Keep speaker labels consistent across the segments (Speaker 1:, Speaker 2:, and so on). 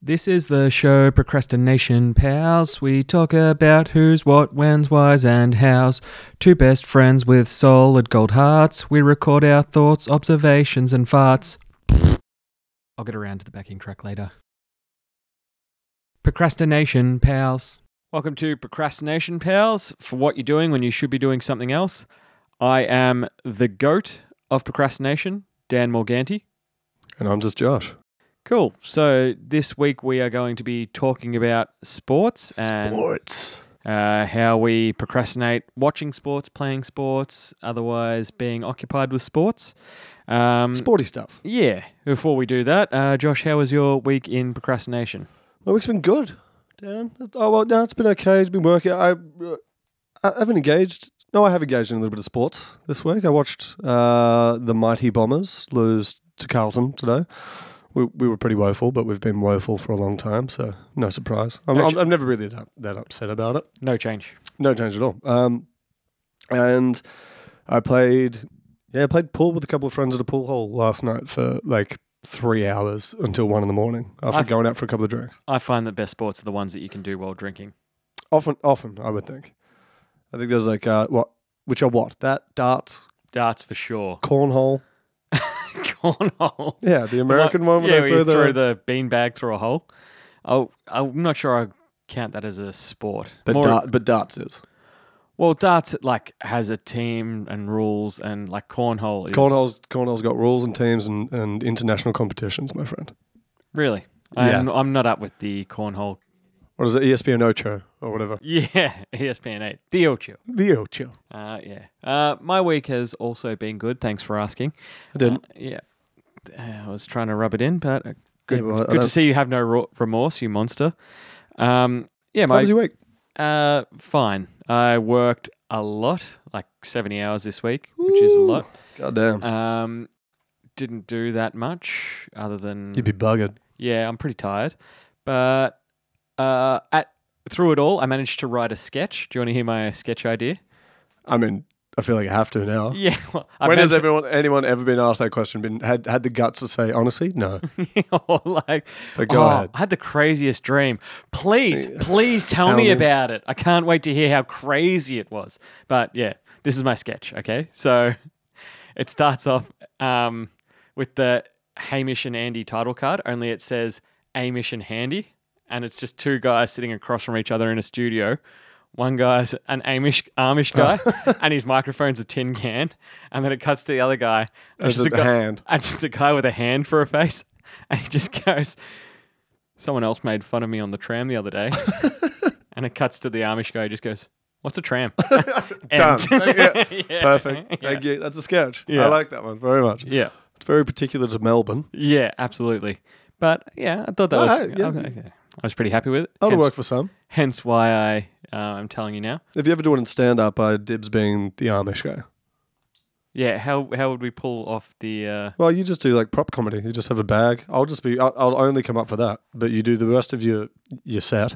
Speaker 1: This is the show Procrastination Pals. We talk about who's what, when's, why's, and how's. Two best friends with solid gold hearts. We record our thoughts, observations, and farts. I'll get around to the backing track later. Procrastination Pals. Welcome to Procrastination Pals for what you're doing when you should be doing something else. I am the goat of procrastination, Dan Morganti.
Speaker 2: And I'm just Josh.
Speaker 1: Cool. So this week we are going to be talking about sports and
Speaker 2: Sports.
Speaker 1: uh, how we procrastinate watching sports, playing sports, otherwise being occupied with sports. Um,
Speaker 2: Sporty stuff.
Speaker 1: yeah. Before we do that, uh, Josh, how was your week in procrastination?
Speaker 2: My week's been good, Dan. Oh, well, no, it's been okay. It's been working. I, uh, I haven't engaged. No, I have engaged in a little bit of sports this week. I watched uh, the Mighty Bombers lose to Carlton today. We, we were pretty woeful, but we've been woeful for a long time, so no surprise. I'm, I'm,
Speaker 1: Actu-
Speaker 2: I'm never really that, that upset about it.
Speaker 1: No change.
Speaker 2: No change at all. Um, and I played, yeah, I played pool with a couple of friends at a pool hall last night for like three hours until one in the morning after
Speaker 1: I-
Speaker 2: going out for a couple of drinks.
Speaker 1: I find that best sports are the ones that you can do while drinking.
Speaker 2: Often, often, I would think. I think there's like uh, what, which are what that darts,
Speaker 1: Darts for sure.
Speaker 2: cornhole.
Speaker 1: Cornhole.
Speaker 2: Yeah, the American one when
Speaker 1: yeah,
Speaker 2: they
Speaker 1: where
Speaker 2: throw
Speaker 1: you throw
Speaker 2: the,
Speaker 1: the beanbag through a hole. Oh, I'm not sure I count that as a sport.
Speaker 2: but,
Speaker 1: More-
Speaker 2: dart, but darts is
Speaker 1: Well, darts like has a team and rules, and like cornhole is
Speaker 2: cornholes. Cornhole's got rules and teams and, and international competitions, my friend.
Speaker 1: Really, I'm, I'm not up with the cornhole.
Speaker 2: What is it? E ESPN Ocho or whatever.
Speaker 1: Yeah, E ESPN eight, the Ocho.
Speaker 2: The Ocho.
Speaker 1: Uh, yeah. Uh, my week has also been good. Thanks for asking.
Speaker 2: I didn't.
Speaker 1: Uh, yeah, Uh, I was trying to rub it in, but uh, good.
Speaker 2: Yeah, well, I
Speaker 1: good to
Speaker 2: don't-
Speaker 1: see you have no ro- remorse, you monster. Um, yeah,
Speaker 2: How
Speaker 1: my
Speaker 2: was your week?
Speaker 1: Uh, fine. I worked a lot, like 70 hours this week, which is a lot.
Speaker 2: God damn,
Speaker 1: Um, didn't do that much other than
Speaker 2: you'd be buggered.
Speaker 1: yeah, I'm pretty tired. But uh, at through it all, I managed to write a sketch. Do you want to hear my sketch idea?
Speaker 2: I mean, I feel like I have to now.
Speaker 1: Yeah. Well, I
Speaker 2: when has
Speaker 1: managed-
Speaker 2: everyone, anyone ever been asked that question? Been had had the guts to say honestly? No,
Speaker 1: Or like,
Speaker 2: But go
Speaker 1: "Oh,
Speaker 2: ahead."
Speaker 1: I had the craziest dream. Please, please tell,
Speaker 2: Tell
Speaker 1: me
Speaker 2: me.
Speaker 1: about it. I can't wait to hear how crazy it was. But yeah, this is my sketch. Okay, so it starts off um, with the Hamish and Andy title card. Only it says Amish and Handy, and it's just two guys sitting across from each other in a studio. One guy's an Amish Amish guy, and his microphone's a tin can. And then it cuts to the other guy. and
Speaker 2: it's
Speaker 1: just a
Speaker 2: just
Speaker 1: guy-
Speaker 2: the hand.
Speaker 1: and just a guy with a hand for a face. And he just goes, Someone else made fun of me on the tram the other day. and it cuts to the Amish guy who just goes, What's a tram?
Speaker 2: Done.
Speaker 1: End.
Speaker 2: Thank you.
Speaker 1: Yeah.
Speaker 2: Perfect.
Speaker 1: Yeah.
Speaker 2: Thank you. That's a sketch.
Speaker 1: Yeah.
Speaker 2: I like that one very much.
Speaker 1: Yeah.
Speaker 2: It's very particular to Melbourne.
Speaker 1: Yeah, absolutely. But yeah, I thought that was.
Speaker 2: Alright, Oh, yeah.
Speaker 1: okay, okay. I was pretty happy with it.
Speaker 2: That'll
Speaker 1: hence,
Speaker 2: work for some.
Speaker 1: hence why I uh, I'm telling you now.
Speaker 2: If you ever do it in stand up, I dibs being the Amish guy.
Speaker 1: Yeah, how how would we pull off the? Uh,
Speaker 2: Well, you just do like prop comedy. You just have a bag. I'll just be. I'll, I'll only come up for that. But you do the rest of your your set,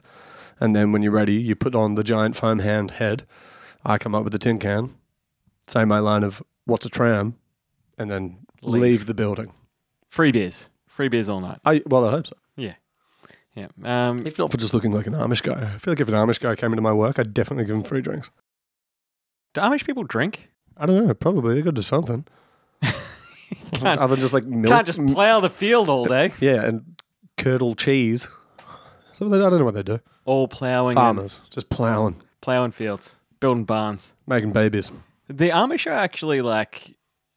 Speaker 2: and then when you're ready, you put on the giant foam hand head. I come up with the tin can, say my line of "What's a tram," and then
Speaker 1: Leave.
Speaker 2: leave, the building.
Speaker 1: free beers, free beers all night.
Speaker 2: I well, I hope so.
Speaker 1: Yeah. Um,
Speaker 2: If not for just looking like an Amish guy, I feel like if an Amish guy came into my work, I'd definitely give him free drinks.
Speaker 1: do Amish people drink?
Speaker 2: I don't know. Probably they're good to something.
Speaker 1: Can't-
Speaker 2: Other than just like milk.
Speaker 1: Can't just plough the field all day.
Speaker 2: yeah, and curdle cheese. So they, I don't know what they do.
Speaker 1: All ploughing, and-
Speaker 2: Farmers just plowing.
Speaker 1: ploughing fields, building barns.
Speaker 2: making babies.
Speaker 1: The Amish are actually like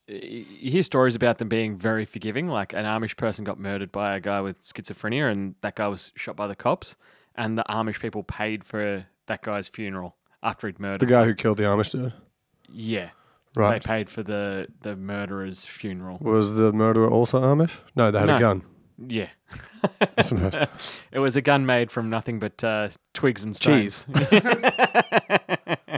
Speaker 1: y- you hear stories about them being very forgiving. Like an Amish person got murdered by a guy with schizophrenia, and that guy was shot by the cops, and the Amish people paid for that guy's funeral after he'd
Speaker 2: The
Speaker 1: murdered.
Speaker 2: guy who killed the Amish dude.
Speaker 1: yeah,
Speaker 2: Right.
Speaker 1: they paid for the the murderer's funeral.
Speaker 2: Was the murderer also Amish? No, they had
Speaker 1: No.
Speaker 2: a gun.
Speaker 1: Yeah,
Speaker 2: That's the murder.
Speaker 1: it was a gun made from nothing but uh, twigs and stones.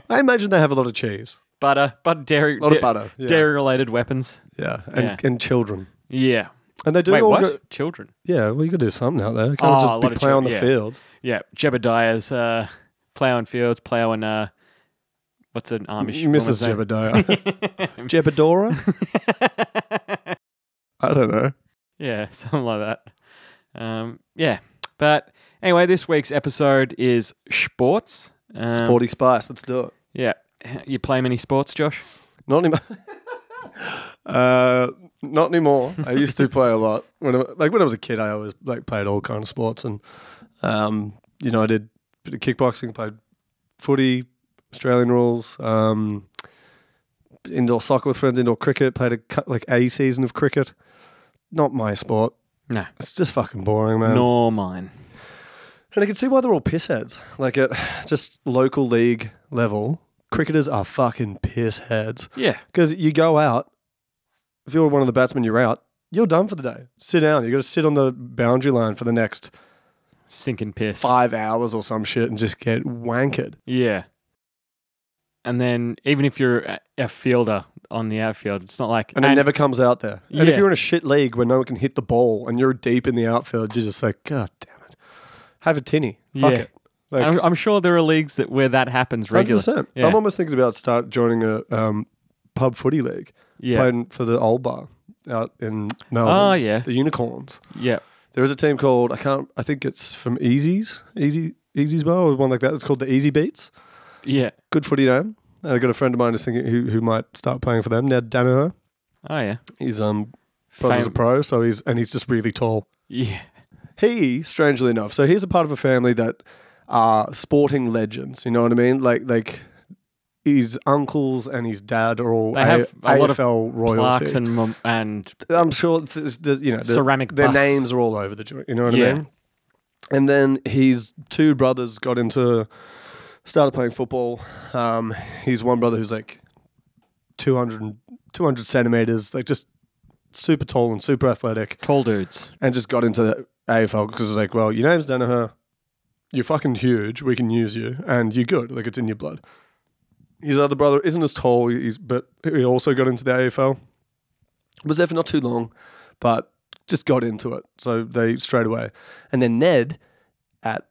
Speaker 2: I imagine they have a lot of cheese,
Speaker 1: butter, butter, dairy,
Speaker 2: a lot
Speaker 1: da-
Speaker 2: of butter. Yeah.
Speaker 1: dairy related weapons.
Speaker 2: Yeah. And,
Speaker 1: Yeah.
Speaker 2: and children.
Speaker 1: Yeah.
Speaker 2: And they do
Speaker 1: Wait,
Speaker 2: all
Speaker 1: what?
Speaker 2: go-
Speaker 1: Children.
Speaker 2: yeah, well, you could do something out there. You
Speaker 1: Oh,
Speaker 2: can't
Speaker 1: a
Speaker 2: just
Speaker 1: lot
Speaker 2: be
Speaker 1: of
Speaker 2: plowing the
Speaker 1: chil- yeah.
Speaker 2: fields.
Speaker 1: Yeah, Jebediah's uh, plowing fields, plowing. Uh, what's an Amish? woman's
Speaker 2: Mrs.
Speaker 1: name?
Speaker 2: Jebediah. Jebedora? I don't know.
Speaker 1: yeah, something like that. Um, yeah, But anyway, this week's episode is sports. Um,
Speaker 2: Sporty Spice. Let's do it.
Speaker 1: Yeah. You play many sports, Josh?
Speaker 2: Not anymore. uh, not anymore. I used to play a lot when, I, like when I was a kid. I always like played all kind of sports, and um, you know, I did a bit of kickboxing, played footy, Australian rules, um, indoor soccer with friends, indoor cricket. Played a cou- like a season of cricket. Not my sport.
Speaker 1: No.
Speaker 2: It's just fucking boring, man.
Speaker 1: Nor mine.
Speaker 2: And I can see why they're all pissheads. Like at just local league level, cricketers are fucking pissheads.
Speaker 1: Yeah.
Speaker 2: Because you go out, if you're one of the batsmen, you're out, you're done for the day. Sit down. You got to sit on the boundary line for the next
Speaker 1: Sinking piss.
Speaker 2: five hours or some shit and just get wankered.
Speaker 1: Yeah. And then even if you're a- a fielder on the outfield, it's not like
Speaker 2: And, it never comes out there. And
Speaker 1: Yeah.
Speaker 2: if you're in a shit league where no one can hit the ball and you're deep in the outfield, you're just like, God damn it. Have a tinny. Fuck
Speaker 1: Yeah.
Speaker 2: it. Like,
Speaker 1: I'm, I'm sure there are leagues that where that happens regularly.
Speaker 2: 100%.
Speaker 1: Yeah.
Speaker 2: I'm almost thinking about start joining a um, pub footy league,
Speaker 1: Yeah.
Speaker 2: playing for the old bar out in Melbourne.
Speaker 1: Oh yeah.
Speaker 2: The Unicorns.
Speaker 1: Yeah.
Speaker 2: There is a team called I can't I think it's from Easy's Easy Easy's Bar or one like that. It's called the Easy Beats.
Speaker 1: Yeah.
Speaker 2: Good footy name. And I got a friend of mine who's thinking who, who might start playing for them now. Danaher,
Speaker 1: Oh yeah.
Speaker 2: he's um brother's a
Speaker 1: Fam-
Speaker 2: pro, so he's and he's just really tall.
Speaker 1: Yeah.
Speaker 2: He, strangely enough, so he's a part of a family that are sporting legends. You know what I mean? Like like his uncles and his dad are all
Speaker 1: They have
Speaker 2: a
Speaker 1: a lot of
Speaker 2: AFL royalty.
Speaker 1: Clarks and mum- and
Speaker 2: I'm sure th- th- you know the-
Speaker 1: ceramic
Speaker 2: their
Speaker 1: bus.
Speaker 2: names are all over the joint. You know what I
Speaker 1: Yeah.
Speaker 2: mean? And then his two brothers got into started playing football. Um, his one brother who's like 200, and- 200 centimeters, like just super tall and super athletic,
Speaker 1: tall dudes.
Speaker 2: and just got into the AFL because it was like, well, your name's Danaher, you're fucking huge, we can use you, and you're good, like it's in your blood. His other brother isn't as tall, he's, but he also got into the AFL. Was there for not too long, but just got into it. So they straight away. And then Ned at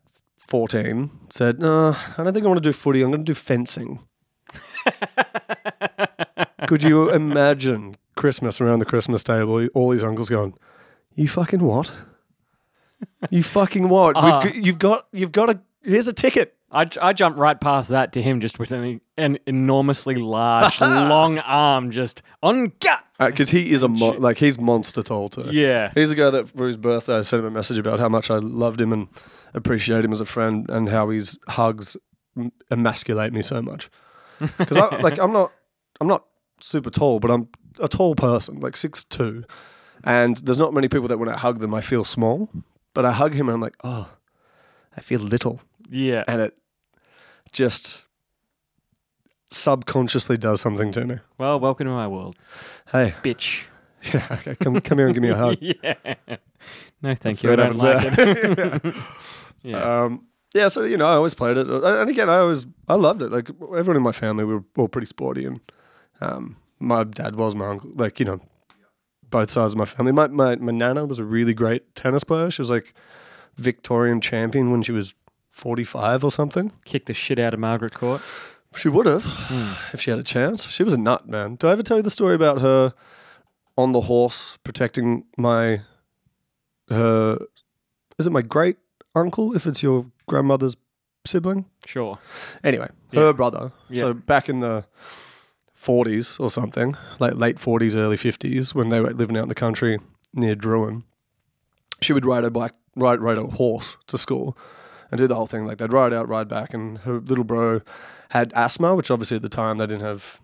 Speaker 2: 14 said, No, I don't think I want to do footy. I'm going to do fencing. Could you imagine Christmas around the Christmas table? All his uncles going, You fucking what? You fucking what?
Speaker 1: Ah.
Speaker 2: We've, g- you've got, you've got a, here's a ticket.
Speaker 1: I, j- I jumped right past that to him just with an, an enormously large, long arm just on gut.
Speaker 2: Because Uh, he is a, mo- like, he's monster tall too.
Speaker 1: Yeah.
Speaker 2: He's the guy that for his birthday I sent him a message about how much I loved him and appreciate him as a friend and how his hugs m- emasculate me so much. Because I like I'm not I'm not super tall, but I'm a tall person, like six two, and there's not many people that when I hug them I feel small, but I hug him and I'm like oh, I feel little,
Speaker 1: Yeah.
Speaker 2: and it just subconsciously does something to me.
Speaker 1: Well, welcome to my world,
Speaker 2: Hey,
Speaker 1: bitch.
Speaker 2: yeah, okay, come come here and give me a hug.
Speaker 1: yeah. No, thank
Speaker 2: That's
Speaker 1: you. I don't
Speaker 2: what
Speaker 1: like
Speaker 2: happens
Speaker 1: it. Yeah.
Speaker 2: Um, yeah, so you know, I always played it, Uh, and again, I always I loved it. Like everyone in my family, we were all pretty sporty, and um, my dad was my uncle. Like you know, both sides of my family. My my my nana was a really great tennis player. She was like Victorian champion when she was forty five or something.
Speaker 1: Kick the shit out of Margaret Court.
Speaker 2: She would have if she had a chance. She was a nut, man. Did I ever tell you the story about her on the horse protecting my her? Is it my great uncle? If it's your grandmother's sibling.
Speaker 1: Sure.
Speaker 2: Anyway,
Speaker 1: Yeah.
Speaker 2: her brother.
Speaker 1: Yeah.
Speaker 2: So back in the 40s or something, like late 40s, early 50s, when they were living out in the country near Druin, she would ride a bike, ride, ride a horse to school and do the whole thing. Like they'd ride out, ride back. And her little bro had asthma, which obviously at the time they didn't have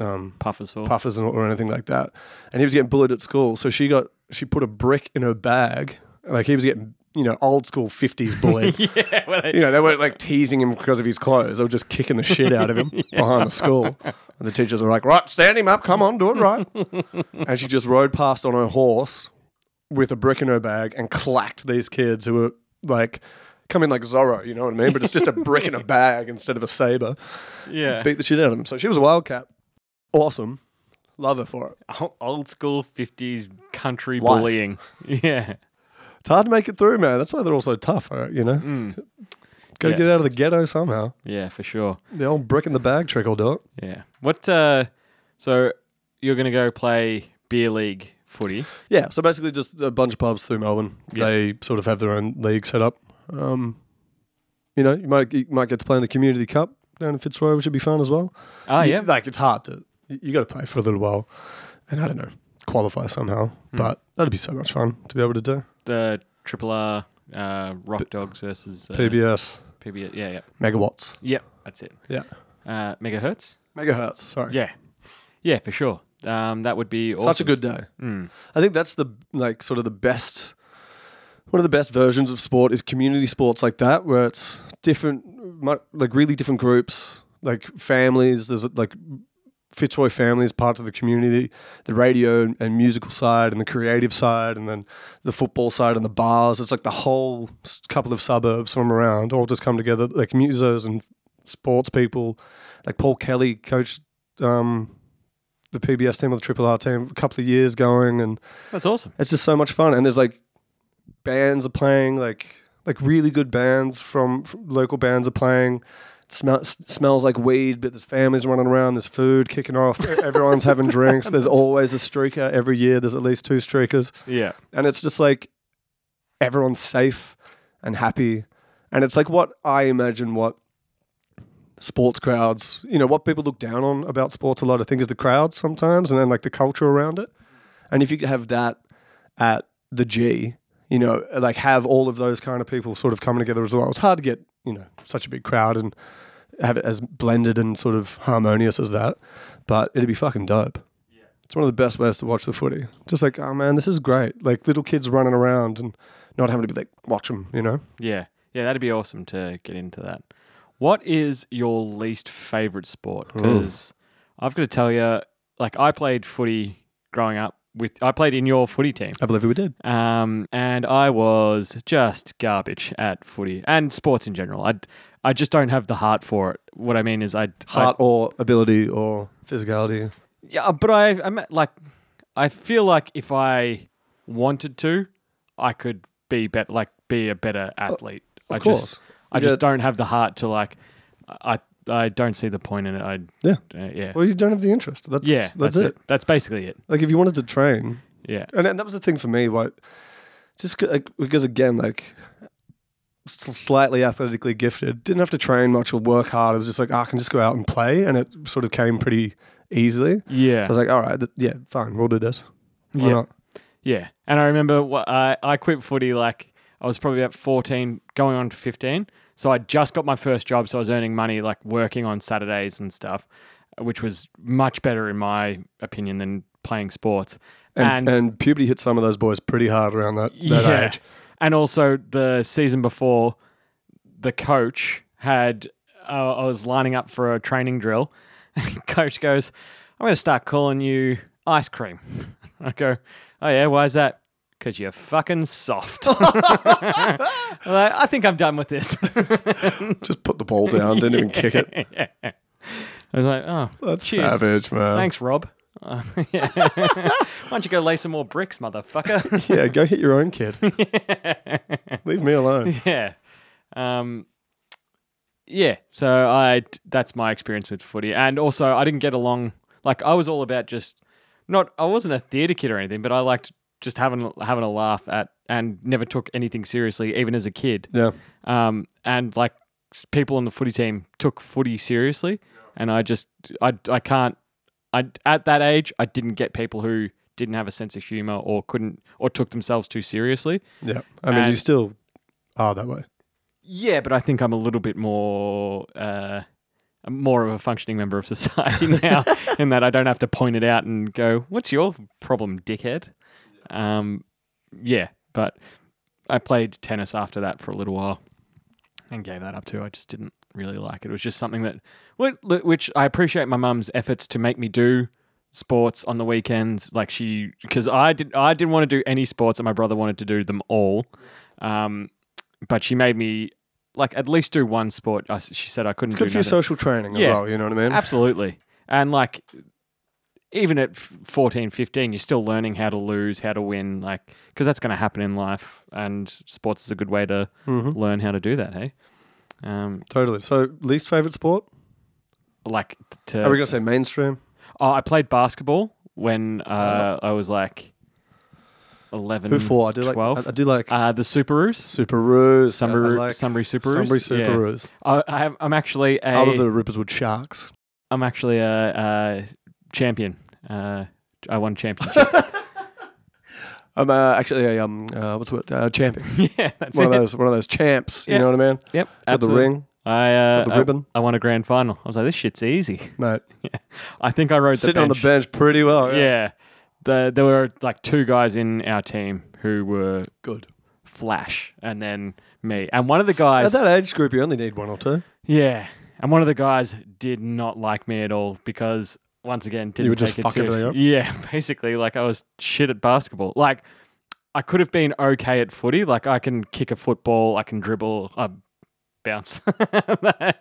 Speaker 2: um,
Speaker 1: Puffers for.
Speaker 2: puffers or, or anything like that. And he was getting bullied at school. So she got, she put a brick in her bag. Like he was getting, you know, old school 50s bullied
Speaker 1: yeah. Well,
Speaker 2: you know, they weren't like teasing him because of his clothes. They were just kicking the shit out of him behind the school. And the teachers were like, right, stand him up. Come on, do it right. and she just rode past on her horse with a brick in her bag and clacked these kids who were like, coming like Zorro, you know what I mean? But it's just a brick in a bag instead of a saber.
Speaker 1: yeah.
Speaker 2: Beat the shit out of him. So she was a wildcat. Awesome. Love her for it.
Speaker 1: O- Old school 50s country
Speaker 2: Life.
Speaker 1: bullying. Yeah.
Speaker 2: It's hard to make it through, man. That's why they're all so tough, all right, you know? Got to
Speaker 1: Yeah.
Speaker 2: get out of the ghetto somehow.
Speaker 1: Yeah, for sure.
Speaker 2: The old brick in the bag trick will do it.
Speaker 1: Yeah. What, uh, so you're going to go play beer league footy.
Speaker 2: Yeah, so basically just a bunch of pubs through Melbourne.
Speaker 1: Yeah.
Speaker 2: They sort of have their own league set up. Um, you know, you might you might get to play in the community cup down in Fitzroy, which would be fun as well.
Speaker 1: Oh
Speaker 2: You-
Speaker 1: yeah,
Speaker 2: like it's hard to you, you got to play for a little while, and I don't know qualify somehow, but that'd be so much fun to be able to do.
Speaker 1: the Triple R uh, Rock Dogs versus uh,
Speaker 2: PBS
Speaker 1: PBS. Yeah, yeah,
Speaker 2: megawatts,
Speaker 1: yep. That's it.
Speaker 2: yeah,
Speaker 1: Uh, megahertz.
Speaker 2: megahertz. Sorry,
Speaker 1: Yeah, yeah, for sure. Um, that would be awesome.
Speaker 2: such a good day.
Speaker 1: Mm.
Speaker 2: I think that's the like sort of the best one of the best versions of sport is community sports like that where it's different mu- like really different groups like families there's like Fitzroy families part of the community the radio and, and musical side and the creative side and then the football side and the bars it's like the whole s- couple of suburbs from around all just come together like musos and sports people like Paul Kelly coached um, the PBS team or the Triple R team a couple of years going and
Speaker 1: That's awesome.
Speaker 2: it's just so much fun and there's like bands are playing like like really good bands from, from local bands are playing it smell, s- smells like weed but there's families running around there's food kicking off e- everyone's having drinks there's always a streaker every year there's at least two streakers
Speaker 1: Yeah,
Speaker 2: and it's just like everyone's safe and happy and it's like what i imagine what sports crowds you know what people look down on about sports a lot i think is the crowds sometimes and then like the culture around it and if you could have that at the g you know like have all of those kind of people sort of coming together as well it's hard to get you know such a big crowd and have it as blended and sort of harmonious as that but it'd be fucking dope it's one of the best ways to watch the footy. Just like, oh man, this is great. Like little kids running around and not having to be like, watch them, you know?
Speaker 1: yeah, yeah. That'd be awesome to get into that. What is your least favorite sport? Because I've got to tell you, like I played footy growing up with. I played in your footy team.
Speaker 2: I believe we did.
Speaker 1: Um, and I was just garbage at footy and sports in general. I, I just don't have the heart for it. What I mean is, I
Speaker 2: Heart or ability or physicality.
Speaker 1: I- yeah, but I, I'm at- like, I feel like if I wanted to, I could be bet like be a better athlete. I
Speaker 2: Oh, course.
Speaker 1: just, I
Speaker 2: Yeah.
Speaker 1: just don't have the heart to like. I, I don't see the point in it. I,
Speaker 2: Yeah.
Speaker 1: uh, yeah,
Speaker 2: Well, you don't have the interest. That's
Speaker 1: yeah.
Speaker 2: that's, it.
Speaker 1: That's basically it.
Speaker 2: Like if you wanted to train,
Speaker 1: Yeah,
Speaker 2: and, and that was the thing for me, like just 'cause, like, because again, like s- slightly athletically gifted, didn't have to train much or work hard. It was just like, oh, I can just go out and play, and it sort of came pretty easily.
Speaker 1: yeah.
Speaker 2: So I was like, all right, th- yeah, fine, we'll do this. Why
Speaker 1: Yeah.
Speaker 2: not?
Speaker 1: Yeah, and I remember wh- I I quit footy like I was probably about fourteen, going on to fifteen. So I just got my first job, so I was earning money like working on Saturdays and stuff, which was much better in my opinion than playing sports.
Speaker 2: and, and, puberty hit some of those boys pretty hard around that, that
Speaker 1: yeah,
Speaker 2: age.
Speaker 1: and also the season before, the coach had uh, I was lining up for a training drill. coach goes, "I'm going to start calling you ice cream." I go, "Oh yeah, why is that?" Because you're fucking soft. I'm like, I think I'm done with this.
Speaker 2: Just put the ball down, didn't even kick it.
Speaker 1: I was like, "Oh,
Speaker 2: That's
Speaker 1: cheers.
Speaker 2: savage, man.
Speaker 1: Thanks, Rob." Uh, yeah. Why don't you go lay some more bricks, motherfucker?
Speaker 2: Yeah, go hit your own kid. Leave me alone.
Speaker 1: yeah. Um, yeah. So I that's my experience with footy, and also I didn't get along. Like I was all about just not. I wasn't a theatre kid or anything, but I liked just having having a laugh at, and never took anything seriously, even as a kid.
Speaker 2: Yeah.
Speaker 1: Um, and like people on the footy team took footy seriously, and I just I I can't. I at that age I didn't get people who didn't have a sense of humor or couldn't or took themselves too seriously.
Speaker 2: Yeah. I mean, you
Speaker 1: And-
Speaker 2: still are that way.
Speaker 1: Yeah, but I think I'm a little bit more uh, I'm more of a functioning member of society now, in that I don't have to point it out and go, "What's your problem, dickhead?" Um, yeah, but I played tennis after that for a little while and gave that up too. I just didn't really like it. It was just something that, wh- which I appreciate my mum's efforts to make me do sports on the weekends. Like she, because I did, I didn't want to do any sports, and my brother wanted to do them all. Um, but she made me like at least do one sport. I, she said I couldn't
Speaker 2: It's good
Speaker 1: do
Speaker 2: for your
Speaker 1: nothing.
Speaker 2: social training as
Speaker 1: Yeah.
Speaker 2: well, you know what I mean?
Speaker 1: Absolutely. And like, even at f- 14, 15, you're still learning how to lose, how to win, like, because that's going to happen in life. And sports is a good way to
Speaker 2: Mhm.
Speaker 1: learn how to do that, hey? Um,
Speaker 2: Totally. So, least favorite sport?
Speaker 1: like, to.
Speaker 2: Are we going to say mainstream?
Speaker 1: oh, I played basketball when uh, I was like 11,
Speaker 2: Who for? I do
Speaker 1: 12.
Speaker 2: like. I, I do like
Speaker 1: Mm, uh, the Subaru's.
Speaker 2: Subaru's.
Speaker 1: Subaru,
Speaker 2: I Uh, like
Speaker 1: Summary Subaru's.
Speaker 2: Sunbury
Speaker 1: Yeah.
Speaker 2: Subaru's.
Speaker 1: I, I have, I'm actually a.
Speaker 2: I was the Ripperswood Sharks.
Speaker 1: I'm actually a, a champion. Uh, I won championship.
Speaker 2: I'm uh, actually a um, uh, what's it? Uh, champion.
Speaker 1: yeah, that's
Speaker 2: One
Speaker 1: it.
Speaker 2: of those. One of those champs.
Speaker 1: Yeah.
Speaker 2: You know what I mean?
Speaker 1: Yep,
Speaker 2: Got the
Speaker 1: absolutely.
Speaker 2: ring,
Speaker 1: I, uh,
Speaker 2: got the
Speaker 1: I-
Speaker 2: ribbon,
Speaker 1: I, won a grand final. I was like, this shit's easy.
Speaker 2: mate.
Speaker 1: I think I rode
Speaker 2: Sitting
Speaker 1: the
Speaker 2: on
Speaker 1: bench.
Speaker 2: the bench Oh, pretty well.
Speaker 1: Yeah, the, there were like two guys in our team who were
Speaker 2: Good.
Speaker 1: Flash, and then me, and one of the guys.
Speaker 2: At that age group, you only need one or two.
Speaker 1: Yeah, and one of the guys did not like me at all because once again didn't
Speaker 2: You would
Speaker 1: take
Speaker 2: just
Speaker 1: it
Speaker 2: fuck everything
Speaker 1: seriously. Yeah, basically, like I was shit at basketball. Like I could have been okay at footy. Like I can kick a football, I can dribble, I bounce. I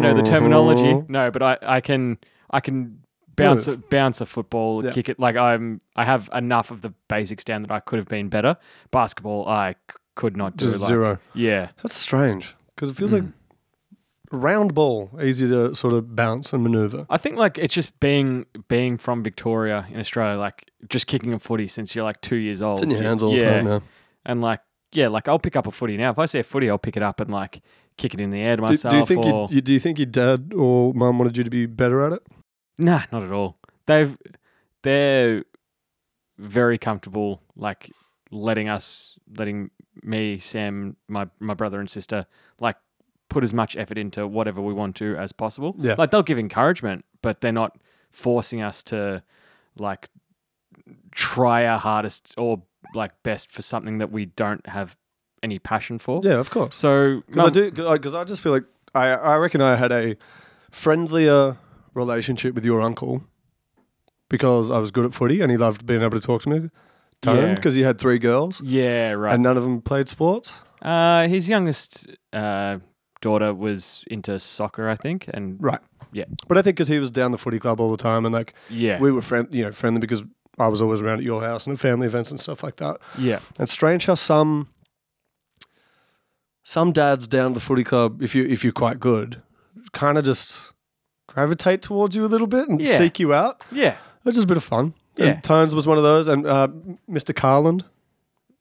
Speaker 1: know the terminology,
Speaker 2: Mhm.
Speaker 1: no, but I I can I can bounce a,
Speaker 2: Move.
Speaker 1: bounce a football,
Speaker 2: Yeah.
Speaker 1: kick it. Like I'm I have enough of the basics down that I could have been better. Basketball, I c- could not do.
Speaker 2: Just
Speaker 1: like- Mm.
Speaker 2: zero.
Speaker 1: Yeah.
Speaker 2: That's strange because it feels like a round ball, easy to sort of bounce and maneuver.
Speaker 1: I think like it's just being being from Victoria in Australia, like just kicking a footy since you're like two years old.
Speaker 2: It's in your hands all the
Speaker 1: yeah.
Speaker 2: time now.
Speaker 1: And like yeah, like I'll pick up a footy now. If I see a footy, I'll pick it up and like kick it in the air to
Speaker 2: Do,
Speaker 1: myself.
Speaker 2: do you think
Speaker 1: or
Speaker 2: you, do you think your dad or mum wanted you to be better at it?
Speaker 1: nah, not at all. They've they're very comfortable like letting us letting me, Sam, my my brother and sister like put as much effort into whatever we want to as possible.
Speaker 2: Yeah.
Speaker 1: Like they'll give encouragement, but they're not forcing us to like try our hardest or like best for something that we don't have any passion for.
Speaker 2: Yeah, of course.
Speaker 1: So
Speaker 2: Because I
Speaker 1: mum-
Speaker 2: do, because I just feel like I, I reckon I had a friendlier relationship with your uncle because I was good at footy and he loved being able to talk to me. Tone,
Speaker 1: Yeah.
Speaker 2: because he had three girls
Speaker 1: Yeah, right.
Speaker 2: and none of them played sports.
Speaker 1: Uh, his youngest uh, daughter was into soccer, I think, and
Speaker 2: Right.
Speaker 1: Yeah.
Speaker 2: But I think because he was down the footy club all the time and like
Speaker 1: yeah,
Speaker 2: we were friend, you know, friendly because I was always around at your house and at family events and stuff like that.
Speaker 1: yeah,
Speaker 2: It's strange how some some dads down at the footy club, if you if you're quite good, kind of just gravitate towards you a little bit and
Speaker 1: Yeah.
Speaker 2: seek you out.
Speaker 1: yeah.
Speaker 2: It's just a bit of fun.
Speaker 1: Yeah.
Speaker 2: And Tones was one of those, and uh, Mr. Carland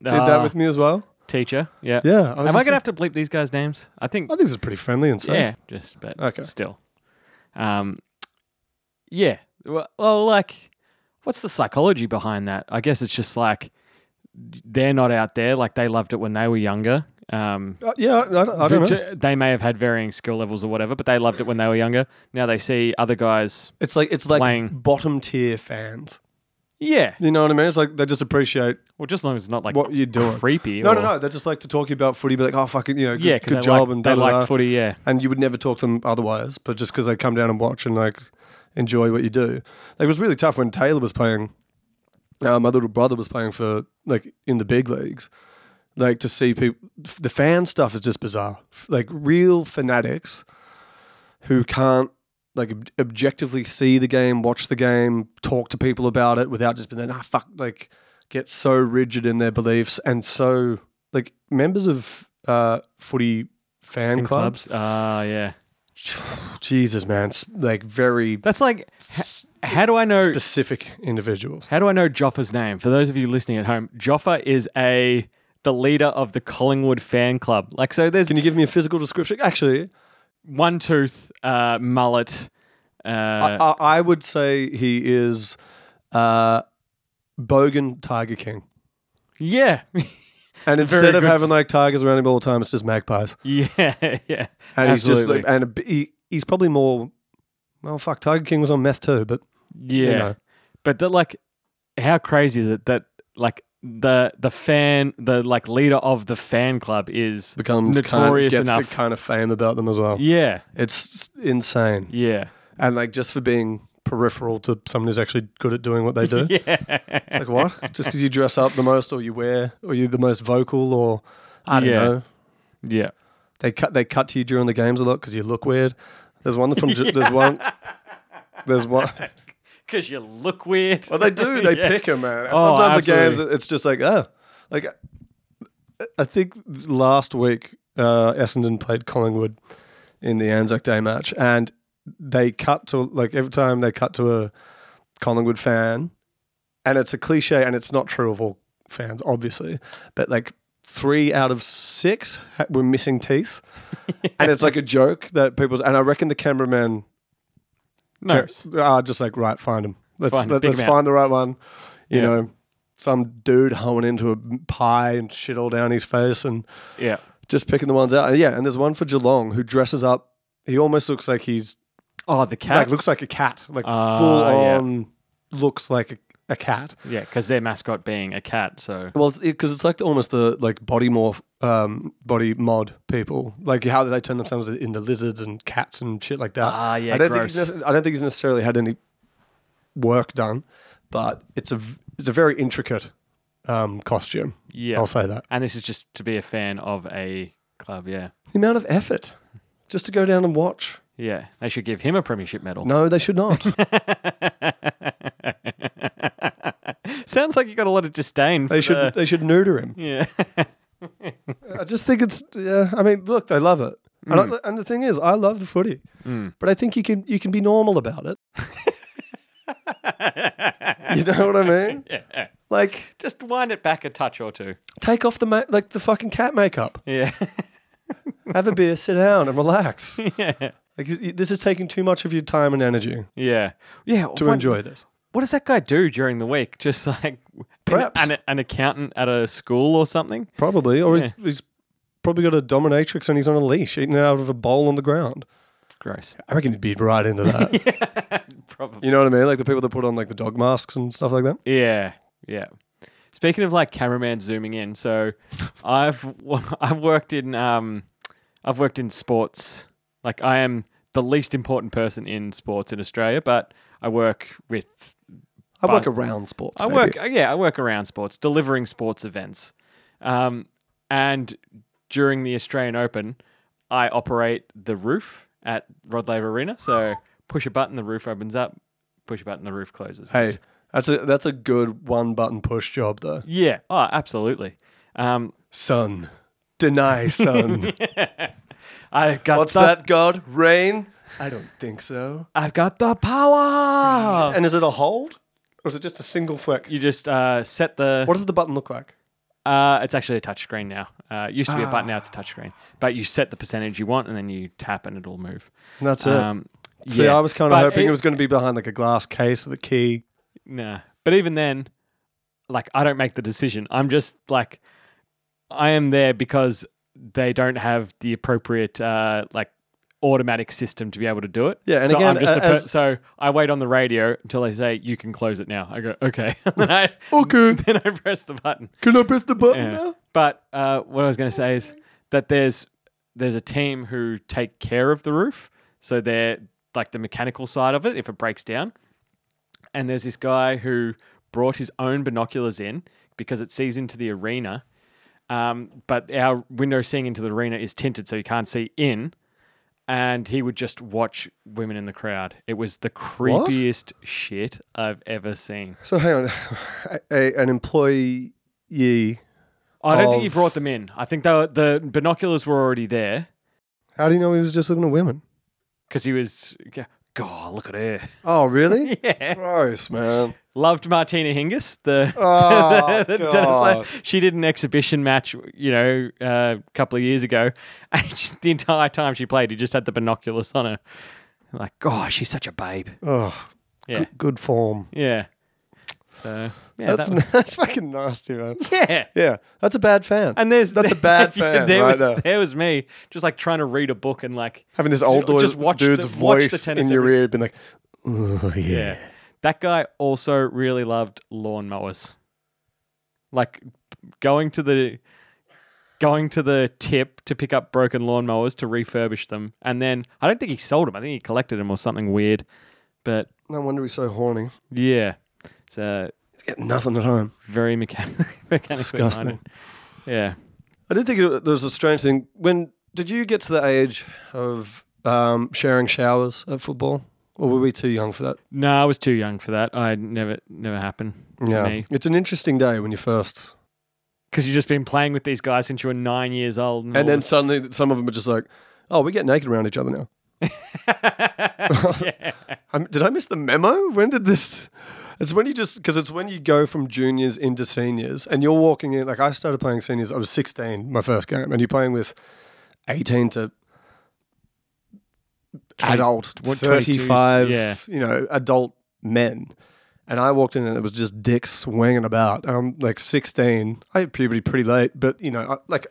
Speaker 2: did that
Speaker 1: Uh,
Speaker 2: with me as well.
Speaker 1: teacher. Yeah. Am
Speaker 2: Yeah, was
Speaker 1: I
Speaker 2: just
Speaker 1: gonna
Speaker 2: like,
Speaker 1: have to bleep these guys' names? I think.
Speaker 2: I think this is pretty friendly and safe.
Speaker 1: Yeah, just but
Speaker 2: Okay.
Speaker 1: still. Um, yeah. Well, well, like, what's the psychology behind that? I guess it's just like they're not out there. Like they loved it when they were younger. Um,
Speaker 2: Uh, yeah, I, I don't- I don't know.
Speaker 1: Victor- They may have had varying skill levels or whatever, but they loved it when they were younger. Now they see other guys.
Speaker 2: It's like it's like
Speaker 1: Playing.
Speaker 2: bottom tier fans.
Speaker 1: Yeah.
Speaker 2: You know what I mean? It's like they just appreciate
Speaker 1: Well, just as long as it's not like
Speaker 2: what you're doing.
Speaker 1: creepy.
Speaker 2: No,
Speaker 1: or,
Speaker 2: no, no. They just like to talk to you about footy, be like, oh, fucking, you know, good,
Speaker 1: Yeah, because
Speaker 2: good
Speaker 1: they
Speaker 2: job,
Speaker 1: like,
Speaker 2: and
Speaker 1: they
Speaker 2: da-da-da.
Speaker 1: like footy. Yeah,
Speaker 2: and you would never talk to them otherwise, but just because they come down and watch and like enjoy what you do. Like, it was really tough when Taylor was playing. Uh, my little brother was playing for like in the big leagues. Like to see people, the fan stuff is just bizarre. F- Like real fanatics who can't like ob- objectively see the game, watch the game, talk to people about it without just being like, ah, fuck, like get so rigid in their beliefs and so like members of uh, footy fan
Speaker 1: In
Speaker 2: clubs
Speaker 1: clubs. Ah, yeah.
Speaker 2: Jesus, man, it's like very
Speaker 1: That's like,
Speaker 2: s-
Speaker 1: how do I know?
Speaker 2: specific individuals.
Speaker 1: How do I know Joffa's name? For those of you listening at home, Joffa is a the leader of the Collingwood fan club. Like, so there's
Speaker 2: Can you give me a physical description? Actually,
Speaker 1: one tooth, uh, mullet. Uh,
Speaker 2: I, I would say he is uh, Bogan Tiger King.
Speaker 1: yeah,
Speaker 2: And
Speaker 1: It's very
Speaker 2: instead of
Speaker 1: good.
Speaker 2: having like tigers around him all the time, it's just magpies.
Speaker 1: yeah, yeah.
Speaker 2: And he's just
Speaker 1: Absolutely.
Speaker 2: like, and a b he, he's probably more. Well, fuck, Tiger King was on meth too, but
Speaker 1: Yeah.
Speaker 2: know.
Speaker 1: But that like how crazy is it that like the the fan the like leader of the fan club is
Speaker 2: becomes
Speaker 1: Notorious
Speaker 2: kind of,
Speaker 1: enough.
Speaker 2: gets kind of fame about them as well.
Speaker 1: Yeah.
Speaker 2: It's insane,
Speaker 1: Yeah.
Speaker 2: and like just for being peripheral to someone who's actually good at doing what they do.
Speaker 1: Yeah.
Speaker 2: It's like what? Just because you dress up the most, or you wear, or you're the most vocal, or I don't
Speaker 1: Yeah.
Speaker 2: know.
Speaker 1: yeah.
Speaker 2: They cut they cut to you during the games a lot because you look weird. There's one from J there's one there's one.
Speaker 1: Cuz you look weird.
Speaker 2: Well, they do. They
Speaker 1: Yeah.
Speaker 2: pick him, man.
Speaker 1: Oh,
Speaker 2: Sometimes the games,
Speaker 1: absolutely.
Speaker 2: it's just like oh, like I- I think last week uh, Essendon played Collingwood in the Anzac Day match, and they cut to like every time they cut to a Collingwood fan, and it's a cliche, and it's not true of all fans, obviously, but like three out of six ha- were missing teeth, and it's like a joke that people's. And I reckon the cameraman
Speaker 1: No.
Speaker 2: are uh, just like right, find him. Let's
Speaker 1: Find 'em,
Speaker 2: let,
Speaker 1: pick
Speaker 2: us
Speaker 1: 'em out.
Speaker 2: find the right one. You
Speaker 1: Yeah.
Speaker 2: know, some dude hoeing into a pie and shit all down his face, and
Speaker 1: Yeah.
Speaker 2: just picking the ones out. And yeah, and there's one for Geelong who dresses up. He almost looks like he's
Speaker 1: Oh, the cat.
Speaker 2: like looks like a cat, like
Speaker 1: Ah,
Speaker 2: full
Speaker 1: yeah.
Speaker 2: on looks like a, a cat.
Speaker 1: yeah, because their mascot being a cat. So
Speaker 2: Well, because it's, it- 'cause it's like the, almost the like body morph, um, body mod people. Like how they turn themselves into lizards and cats and shit like that.
Speaker 1: Ah, yeah,
Speaker 2: I don't think he's
Speaker 1: gross.
Speaker 2: nece- I don't think he's necessarily had any work done, but it's a v- it's a very intricate um, costume.
Speaker 1: yeah,
Speaker 2: I'll say that
Speaker 1: and this is just to be a fan of a club. Yeah,
Speaker 2: the amount of effort just to go down and watch.
Speaker 1: yeah, they should give him a premiership medal.
Speaker 2: No, they should not.
Speaker 1: Sounds like you got a lot of disdain. For
Speaker 2: they should
Speaker 1: the-
Speaker 2: they should neuter him.
Speaker 1: yeah,
Speaker 2: I just think it's yeah. I mean, look, they love it, and, I, and the thing is, I love the footy, but I think you can you can be normal about it. you know what I mean?
Speaker 1: yeah.
Speaker 2: Like,
Speaker 1: Just wind it back a touch or two.
Speaker 2: take off the ma- like the fucking cat makeup,
Speaker 1: Yeah,
Speaker 2: have a beer, sit down, and relax.
Speaker 1: yeah,
Speaker 2: Like, y- this is taking too much of your time and energy
Speaker 1: yeah, yeah.
Speaker 2: to
Speaker 1: what,
Speaker 2: enjoy this.
Speaker 1: What does that guy do during the week? Just like an-
Speaker 2: Preps.
Speaker 1: an, an accountant at a school or something.
Speaker 2: Probably, or he's,
Speaker 1: Yeah.
Speaker 2: he's probably got a dominatrix and he's on a leash, eating out of a bowl on the ground.
Speaker 1: Gross.
Speaker 2: I reckon he'd be right into that.
Speaker 1: Probably.
Speaker 2: You know what I mean? Like the people that put on like the dog masks and stuff like that.
Speaker 1: Yeah, yeah. Speaking of like cameraman zooming in, so I've wo- I've worked in um I've worked in sports. Like I am the least important person in sports in Australia, but I work with
Speaker 2: I work
Speaker 1: But-
Speaker 2: around sports.
Speaker 1: I
Speaker 2: maybe.
Speaker 1: work yeah I work around sports, delivering sports events, um, and during the Australian Open, I operate the roof at Rod Laver Arena. So push a button, the roof opens up. Push a button, the roof closes.
Speaker 2: Hey, that's a that's a good one button push job though.
Speaker 1: Yeah. Oh, absolutely. Um,
Speaker 2: Sun. Deny sun.
Speaker 1: I got
Speaker 2: What's
Speaker 1: the,
Speaker 2: that god? Rain? I don't think so.
Speaker 1: I've got the power.
Speaker 2: And is it a hold? Or is it just a single flick?
Speaker 1: You just uh, set the.
Speaker 2: What does the button look like?
Speaker 1: Uh, it's actually a touchscreen now. Uh, it used to be a button, now it's a touchscreen. But you set the percentage you want, and then you tap, and it'll move.
Speaker 2: And that's
Speaker 1: Um,
Speaker 2: it. See,
Speaker 1: yeah.
Speaker 2: I was kind of
Speaker 1: But
Speaker 2: hoping Uh, it,
Speaker 1: it-
Speaker 2: was going to be behind like a glass case with a key.
Speaker 1: Nah. But even then, like, I don't make the decision. I'm just like, I am there because they don't have the appropriate, uh, like, automatic system to be able to do it.
Speaker 2: Yeah, and
Speaker 1: so
Speaker 2: again,
Speaker 1: I'm just a
Speaker 2: a-
Speaker 1: per-
Speaker 2: as-
Speaker 1: so I wait on the radio until they say you can close it now. I go okay, and I,
Speaker 2: Okay.
Speaker 1: then I press the button.
Speaker 2: Can I press the button
Speaker 1: Yeah. But uh, what I was going to say is that there's there's a team who take care of the roof, so they're like the mechanical side of it if it breaks down. And there's this guy who brought his own binoculars in because it sees into the arena, um, but our window seeing into the arena is tinted, so you can't see in. And he would just watch women in the crowd. It was the creepiest shit I've ever seen.
Speaker 2: So hang on. A, a- an employee.
Speaker 1: I don't think he
Speaker 2: Of-
Speaker 1: brought them in. I think they were, the binoculars were already there.
Speaker 2: How do you know he was just looking at women?
Speaker 1: because he was God, look at her.
Speaker 2: Oh, really?
Speaker 1: Yeah,
Speaker 2: Gross, man.
Speaker 1: loved Martina Hingis. The,
Speaker 2: Oh,
Speaker 1: the- the-
Speaker 2: God.
Speaker 1: she did an exhibition match, you know, uh, a couple of years ago, and she- the entire time she played, he just had the binoculars on her. Like, God, she's such a babe.
Speaker 2: Oh,
Speaker 1: Yeah,
Speaker 2: good, good form.
Speaker 1: yeah. So yeah,
Speaker 2: that's
Speaker 1: that was-
Speaker 2: that's fucking nasty, man.
Speaker 1: yeah.
Speaker 2: Yeah, that's a bad fan.
Speaker 1: And there's
Speaker 2: That's a bad
Speaker 1: yeah,
Speaker 2: fan
Speaker 1: there
Speaker 2: right
Speaker 1: was
Speaker 2: there.
Speaker 1: there was me just like trying to read a book and like
Speaker 2: having this old
Speaker 1: Ju- just
Speaker 2: dude-
Speaker 1: watch
Speaker 2: dude's
Speaker 1: the- watch the
Speaker 2: voice in
Speaker 1: tennis
Speaker 2: your
Speaker 1: every-
Speaker 2: ear, being like, "Oh yeah."
Speaker 1: Yeah. That guy also really loved lawnmowers. Like going to the going to the tip to pick up broken lawnmowers to refurbish them. And then I don't think he sold them. I think he collected them or something weird. But
Speaker 2: No wonder he's so horny.
Speaker 1: yeah. So
Speaker 2: He's getting nothing at home.
Speaker 1: very mechan- mechanically
Speaker 2: disgusting.
Speaker 1: minded. Yeah.
Speaker 2: I did think it, there was a strange thing. When did you get to the age of um, sharing showers at football, or were we too young for that?
Speaker 1: No, I was too young for that. I never never happened for me.
Speaker 2: it's an interesting day when you first,
Speaker 1: Because you've just been playing with these guys since you were nine years old. all
Speaker 2: and then
Speaker 1: of
Speaker 2: suddenly some of them are just like, "Oh, we get naked around each other now."
Speaker 1: a- yeah.
Speaker 2: Um, did I miss the memo? When did this? It's when you just because it's when you go from juniors into seniors, and you're walking in. Like I started playing seniors, I was 16, my first game, and you're playing with 18 to
Speaker 1: Twenty-
Speaker 2: adult,
Speaker 1: what, 22s?
Speaker 2: 35,
Speaker 1: Yeah.
Speaker 2: you know, adult men. And I walked in and it was just dicks swinging about. And I'm like 16. I had puberty pretty late, but you know, I, like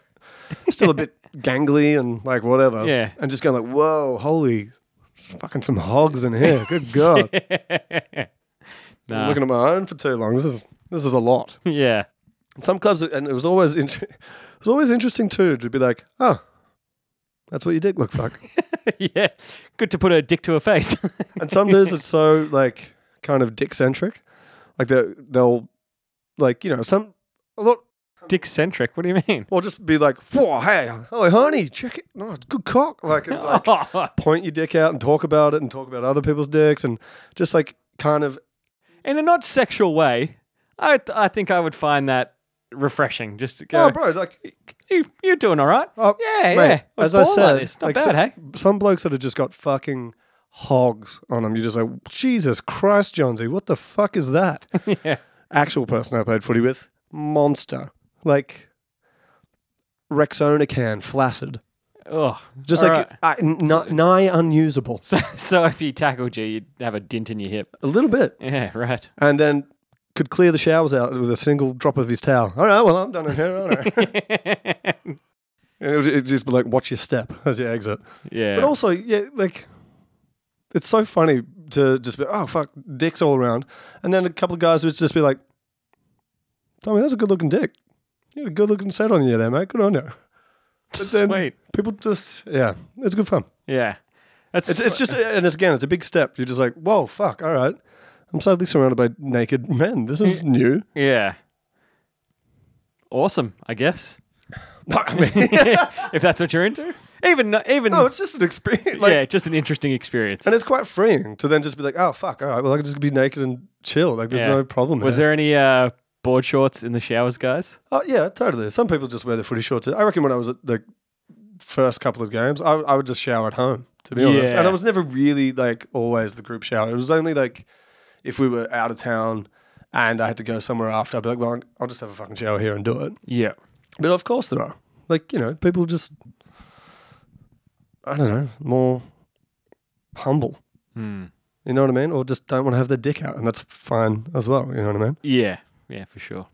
Speaker 2: still a bit gangly and like whatever.
Speaker 1: Yeah.
Speaker 2: And just going like, whoa, holy, fucking some hogs in here. Good God.
Speaker 1: Nah.
Speaker 2: I'm looking at my own for too long. This is this is a lot.
Speaker 1: yeah.
Speaker 2: And some clubs, and it was always inter- it was always interesting too to be like, oh, that's what your dick looks like.
Speaker 1: yeah. Good to put a dick to a face.
Speaker 2: and some dudes it's so like kind of dick centric, like they they'll like you know some a lot
Speaker 1: dick centric. What do you mean?
Speaker 2: or just be like, whoa, hey, oh honey, check it, no, it's good cock, like and, like point your dick out and talk about it and talk about other people's dicks and just like kind of
Speaker 1: In a not sexual way, I th- I think I would find that refreshing. Just to go,
Speaker 2: oh bro like
Speaker 1: you you're doing all right.
Speaker 2: Oh,
Speaker 1: yeah,
Speaker 2: mate,
Speaker 1: yeah.
Speaker 2: As I
Speaker 1: Baller,
Speaker 2: said,
Speaker 1: it's not
Speaker 2: like,
Speaker 1: bad,
Speaker 2: so-
Speaker 1: hey.
Speaker 2: Some blokes that have just got fucking hogs on them. You're just like, Jesus Christ, Jonesy, what the fuck is that?
Speaker 1: Yeah.
Speaker 2: Actual person I played footy with, monster, like Rexonican, flaccid,
Speaker 1: Oh,
Speaker 2: just
Speaker 1: all
Speaker 2: like
Speaker 1: right.
Speaker 2: uh, n- ni- nigh unusable,
Speaker 1: so, so if you tackled you, you'd have a dint in your hip.
Speaker 2: a little bit,
Speaker 1: Yeah, right.
Speaker 2: and then could clear the showers out with a single drop of his towel. All right, well I'm done in here. All right. it was it'd just be like, watch your step as you exit.
Speaker 1: yeah.
Speaker 2: But also, yeah, like it's so funny to just be, oh fuck, dicks all around, and then a couple of guys would just be like, Tommy, that's a good looking dick. You had a good looking set on you there, mate. Good on you. But then
Speaker 1: Sweet.
Speaker 2: people just, yeah, it's good fun.
Speaker 1: yeah. That's
Speaker 2: It's, it's just, and it's, again, it's a big step. You're just like, whoa, fuck, all right. I'm suddenly surrounded by naked men. This is new.
Speaker 1: yeah. Awesome, I guess.
Speaker 2: I mean,
Speaker 1: if that's what you're into, even even
Speaker 2: no, it's just an experience. Oh, Like,
Speaker 1: yeah, just an interesting experience.
Speaker 2: And it's quite freeing to then just be like, oh, fuck, all right, well, I can just be naked and chill. Like, there's
Speaker 1: Yeah.
Speaker 2: no problem.
Speaker 1: Was
Speaker 2: here.
Speaker 1: there any uh, board shorts in the showers, guys?
Speaker 2: Oh yeah, totally. Some people just wear their footy shorts. I reckon when I was at the first couple of games, I, I would just shower at home, to be honest.
Speaker 1: Yeah.
Speaker 2: And I was never really like always the group shower. It was only like if we were out of town and I had to go somewhere after, I'd be like, well, I'll just have a fucking shower here and do it.
Speaker 1: Yeah.
Speaker 2: But of course there are. Like, you know, people just, I don't know, more humble.
Speaker 1: Hmm.
Speaker 2: You know what I mean? Or just don't want to have their dick out. And that's fine as well. You know what I mean?
Speaker 1: Yeah. Yeah, for sure.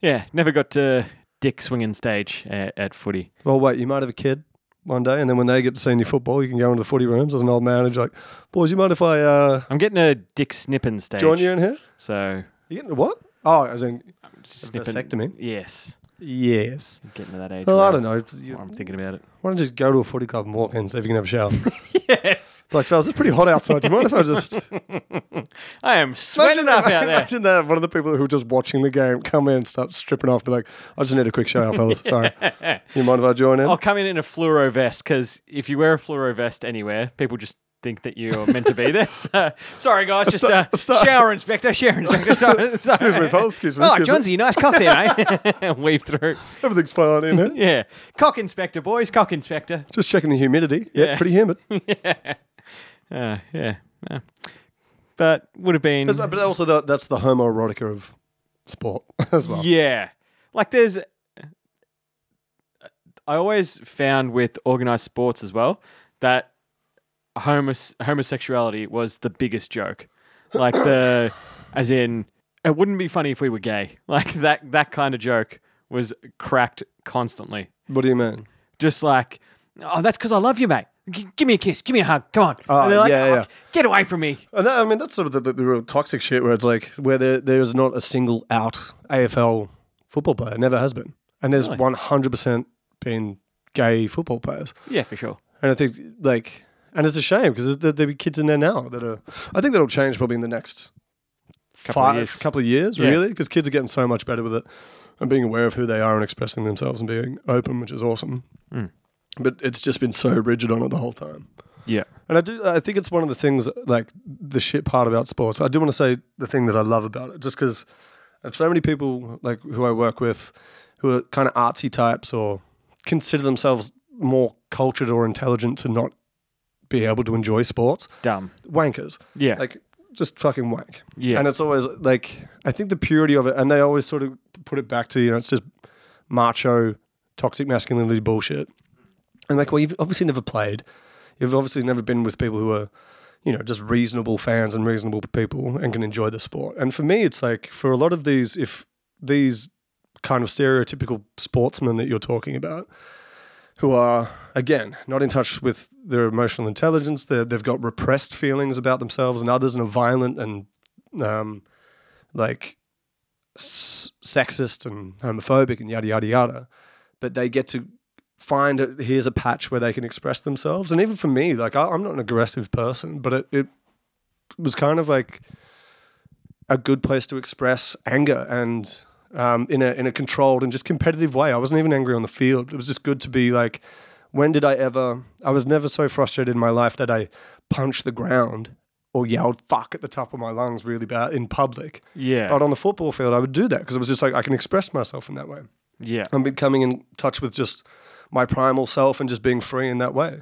Speaker 1: Yeah, never got to dick swinging stage at, at footy.
Speaker 2: Well, wait, you might have a kid one day, and then when they get to senior football, you can go into the footy rooms as an old man and you're like, boys, you mind if I uh,
Speaker 1: I'm getting a dick snipping stage.
Speaker 2: join you in here?
Speaker 1: So
Speaker 2: You getting what? Oh, as in
Speaker 1: snipping.
Speaker 2: vasectomy?
Speaker 1: Yes,
Speaker 2: Yes.
Speaker 1: getting to that age.
Speaker 2: Well,
Speaker 1: where
Speaker 2: I don't know.
Speaker 1: where
Speaker 2: You,
Speaker 1: I'm thinking about it.
Speaker 2: why don't you go to a footy club and walk in and see if you can have a shower?
Speaker 1: Yes,
Speaker 2: like, fellas, it's pretty hot outside. Do you mind if I just
Speaker 1: I am sweating up out there.
Speaker 2: Imagine that one of the people who were just watching the game come in and start stripping off, be like, I just need a quick shower, fellas. Sorry. You mind if I join in?
Speaker 1: I'll come in in a fluoro vest because if you wear a fluoro vest anywhere, people just think that you're meant to be there. So, sorry, guys, just uh,
Speaker 2: Sorry.
Speaker 1: shower inspector, shower inspector. Sorry, sorry.
Speaker 2: Excuse me, fellas. Excuse me.
Speaker 1: Oh,
Speaker 2: excuse me.
Speaker 1: Jonesy, nice cock there, mate. Weave through.
Speaker 2: Everything's fine in here.
Speaker 1: Yeah. Cock inspector, boys. Cock inspector.
Speaker 2: Just checking the humidity. yeah.
Speaker 1: Yeah.
Speaker 2: pretty humid.
Speaker 1: Uh, yeah. yeah. But would have been.
Speaker 2: That's- uh, but also that, that's the homoerotica of sport as well.
Speaker 1: Yeah. Like there's. I always found with organized sports as well that homos- homosexuality was the biggest joke. Like the. as in, it wouldn't be funny if we were gay. Like that, that kind of joke was cracked constantly.
Speaker 2: What do you mean?
Speaker 1: just like, oh, that's because I love you, mate. G- give me a kiss. Give me a hug. Come on.
Speaker 2: Oh,
Speaker 1: And they're like,
Speaker 2: yeah,
Speaker 1: "Oh,
Speaker 2: yeah.
Speaker 1: Get away from me.
Speaker 2: And that, I mean, that's sort of the, the, the real toxic shit where it's like where there, there is not a single out AFL football player, never has been, and there's
Speaker 1: Really?
Speaker 2: one hundred percent been gay football players,
Speaker 1: Yeah, for sure.
Speaker 2: and I think like, and it's a shame because there there be kids in there now that are. I think that'll change probably in the next
Speaker 1: Couple of
Speaker 2: five
Speaker 1: years.
Speaker 2: couple of years,
Speaker 1: Yeah.
Speaker 2: really, because kids are getting so much better with it and being aware of who they are and expressing themselves and being open, which is awesome.
Speaker 1: Mm.
Speaker 2: But it's just been so rigid on it the whole time.
Speaker 1: Yeah.
Speaker 2: And I do. I think it's one of the things, like the shit part about sports. I do want to say the thing that I love about it, just because so many people, like who I work with, who are kind of artsy types or consider themselves more cultured or intelligent to not be able to enjoy sports,
Speaker 1: Dumb.
Speaker 2: wankers.
Speaker 1: Yeah.
Speaker 2: Like just fucking whack.
Speaker 1: Yeah.
Speaker 2: And it's always like I think the purity of it, and they always sort of put it back to you know it's just macho, toxic masculinity bullshit. And like, well, you've obviously never played. You've obviously never been with people who are, you know, just reasonable fans and reasonable people and can enjoy the sport. And for me, it's like for a lot of these, if these kind of stereotypical sportsmen that you're talking about, who are again not in touch with their emotional intelligence. They're, they've got repressed feelings about themselves and others, and are violent and um, like s- sexist and homophobic and yada yada yada. But they get to find a, here's a patch where they can express themselves. And even for me, like I, I'm not an aggressive person, but it, it was kind of like a good place to express anger and um, in a in a controlled and just competitive way. I wasn't even angry on the field. It was just good to be like, when did I ever? I was never so frustrated in my life that I punched the ground or yelled "fuck" at the top of my lungs really bad in public.
Speaker 1: yeah.
Speaker 2: But on the football field, I would do that because it was just like I can express myself in that way.
Speaker 1: yeah.
Speaker 2: I'm becoming in touch with just my primal self and just being free in that way.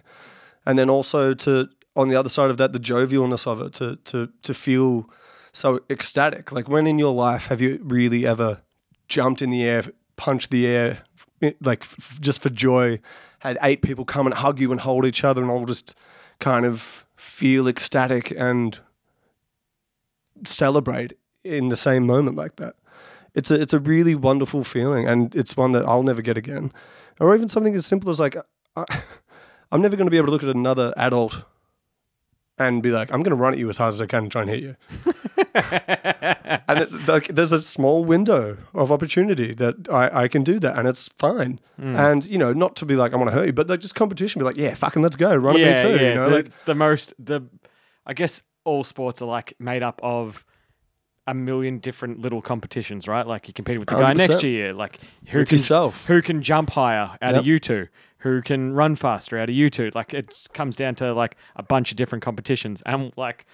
Speaker 2: And then also to on the other side of that, the jovialness of it, to to to feel so ecstatic. Like when in your life have you really ever jumped in the air, punched the air, f- like f- just for joy? Had eight people come and hug you and hold each other, and all just kind of feel ecstatic and celebrate in the same moment like that it's a it's a really wonderful feeling, and it's one that I'll never get again. Or even something as simple as like, I, I'm never going to be able to look at another adult and be like, I'm going to run at you as hard as I can and try and hit you. and it's like there's a small window of opportunity that I, I can do that, and it's fine.
Speaker 1: Hmm.
Speaker 2: And you know, not to be like I want to hurt you, but like just competition, be like, yeah, fucking let's go, run
Speaker 1: yeah,
Speaker 2: at me too.
Speaker 1: yeah.
Speaker 2: You know,
Speaker 1: the,
Speaker 2: like
Speaker 1: the most the I guess all sports are like made up of a million different little competitions, right? Like you compete with the guy
Speaker 2: 100%.
Speaker 1: next to you, like who
Speaker 2: With
Speaker 1: can
Speaker 2: yourself.
Speaker 1: who can jump higher out
Speaker 2: Yep.
Speaker 1: of you two, who can run faster out of you two. Like it comes down to like a bunch of different competitions, and like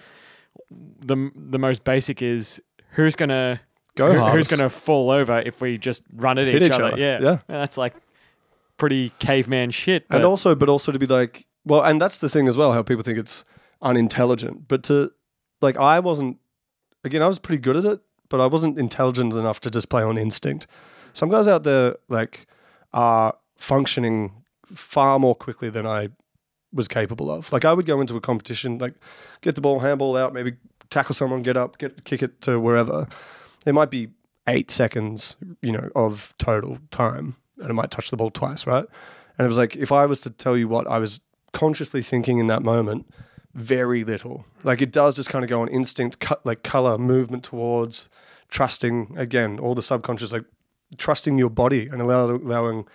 Speaker 1: the the most basic is who's gonna
Speaker 2: Go
Speaker 1: who- who's
Speaker 2: hardest.
Speaker 1: gonna fall over if we just run at
Speaker 2: Hit
Speaker 1: each,
Speaker 2: each
Speaker 1: other.
Speaker 2: other,
Speaker 1: Yeah,
Speaker 2: yeah.
Speaker 1: that's like pretty caveman shit.
Speaker 2: and
Speaker 1: but-
Speaker 2: also but also to be like well and that's the thing as well how people think it's unintelligent but to like i wasn't again i was pretty good at it but i wasn't intelligent enough to just play on instinct some guys out there like are functioning far more quickly than i was capable of like i would go into a competition like get the ball handball out maybe tackle someone get up get kick it to wherever there might be eight seconds, you know, of total time, and I might touch the ball twice, right? And it was like if I was to tell you what I was consciously thinking in that moment, very little. Like it does just kind of go on instinct, cut like color, movement towards trusting again, all the subconscious, like trusting your body and allow, allowing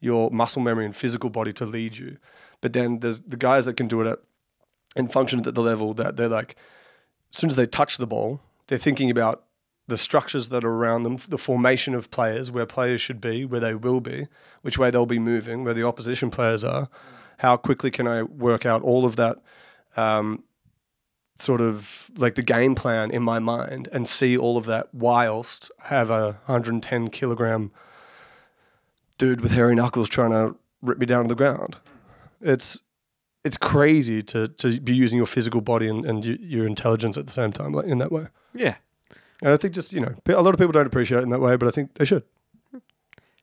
Speaker 2: your muscle memory and physical body to lead you. But then there's the guys that can do it at and function at the level that they're like, as soon as they touch the ball, they're thinking about the structures that are around them, the formation of players, where players should be, where they will be, which way they'll be moving, where the opposition players are. How quickly can I work out all of that um, sort of like the game plan in my mind and see all of that whilst I have a 110 kilogram dude with hairy knuckles trying to rip me down to the ground? It's it's crazy to to be using your physical body and, and y- your intelligence at the same time, like in that way.
Speaker 1: yeah,
Speaker 2: And I think just you know, a lot of people don't appreciate it in that way, but I think they should.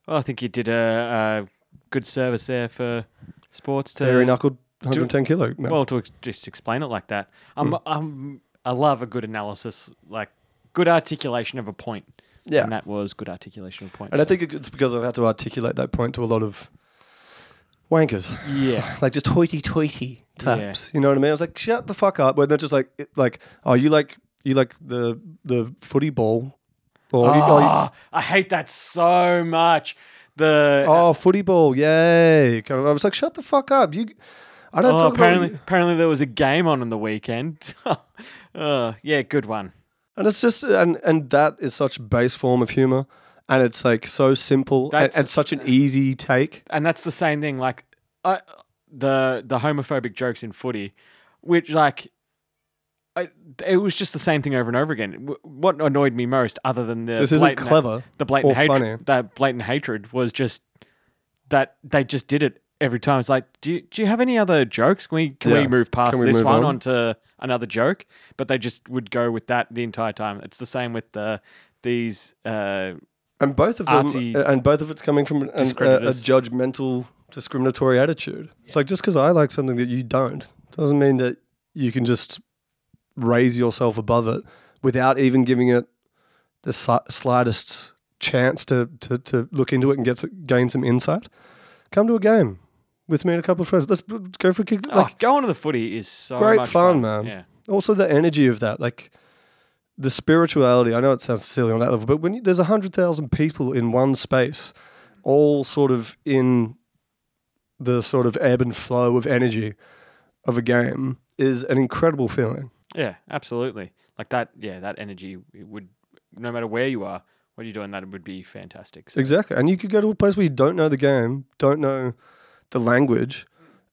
Speaker 1: Well, I think you did a, a good service there for sports to
Speaker 2: Hairy knuckled, 110 kilo. man.
Speaker 1: well to ex- just explain it like that. I'm,
Speaker 2: Mm.
Speaker 1: I'm I love a good analysis, like good articulation of a point.
Speaker 2: yeah,
Speaker 1: and that was good articulation of a point.
Speaker 2: and I think it's because I've had to articulate that point to a lot of wankers,
Speaker 1: yeah,
Speaker 2: like just hoity-toity
Speaker 1: Yeah.
Speaker 2: types. You know what I mean? I was like, shut the fuck up. When they're just like, it, like, oh, you like you like the the footy ball, or you- oh, you-
Speaker 1: Ah, I hate that so much. The
Speaker 2: oh, footy ball, yay! Kind of. I was like, shut the fuck up. You, I don't
Speaker 1: Oh,
Speaker 2: talk about
Speaker 1: apparently,
Speaker 2: you.
Speaker 1: apparently there was a game on in the weekend. uh, yeah, good one.
Speaker 2: And it's just and and that is such a base form of humor, and it's like so simple and,
Speaker 1: That's-
Speaker 2: and such an easy take.
Speaker 1: and that's the same thing. Like, I the the homophobic jokes in footy, which like, I, it was just the same thing over and over again. W- What annoyed me most, other than the
Speaker 2: This isn't clever
Speaker 1: the blatant
Speaker 2: or
Speaker 1: hatred,
Speaker 2: funny.
Speaker 1: that blatant hatred was just that they just did it every time. It's like, do you, do you have any other jokes? Can we can
Speaker 2: Yeah.
Speaker 1: we move past
Speaker 2: Can we
Speaker 1: this
Speaker 2: move
Speaker 1: one
Speaker 2: on?
Speaker 1: onto another joke? But they just would go with that the entire time. It's the same with the these. Uh,
Speaker 2: And both of them,
Speaker 1: Artsy
Speaker 2: uh, and both of it's coming from an, an- a, a
Speaker 1: discreditors.
Speaker 2: judgmental, discriminatory attitude. It's like just because I like something that you don't doesn't mean that you can just raise yourself above it without even giving it the sli- slightest chance to, to to look into it and get s- gain some insight. Come to a game with me and a couple of friends. Let's b- go for a kick.
Speaker 1: oh,
Speaker 2: Like,
Speaker 1: going to the footy is so
Speaker 2: Great
Speaker 1: much
Speaker 2: fun, man.
Speaker 1: Yeah,
Speaker 2: also the energy of that, like the spirituality. I know it sounds silly on that level, but when you, there's a hundred thousand people in one space, all sort of in the sort of ebb and flow of energy of a game, is an incredible feeling.
Speaker 1: yeah, absolutely. Like that. Yeah, that energy it would no matter where you are, what you're doing, that would be fantastic. So,
Speaker 2: Exactly, and you could go to a place where you don't know the game, don't know the language,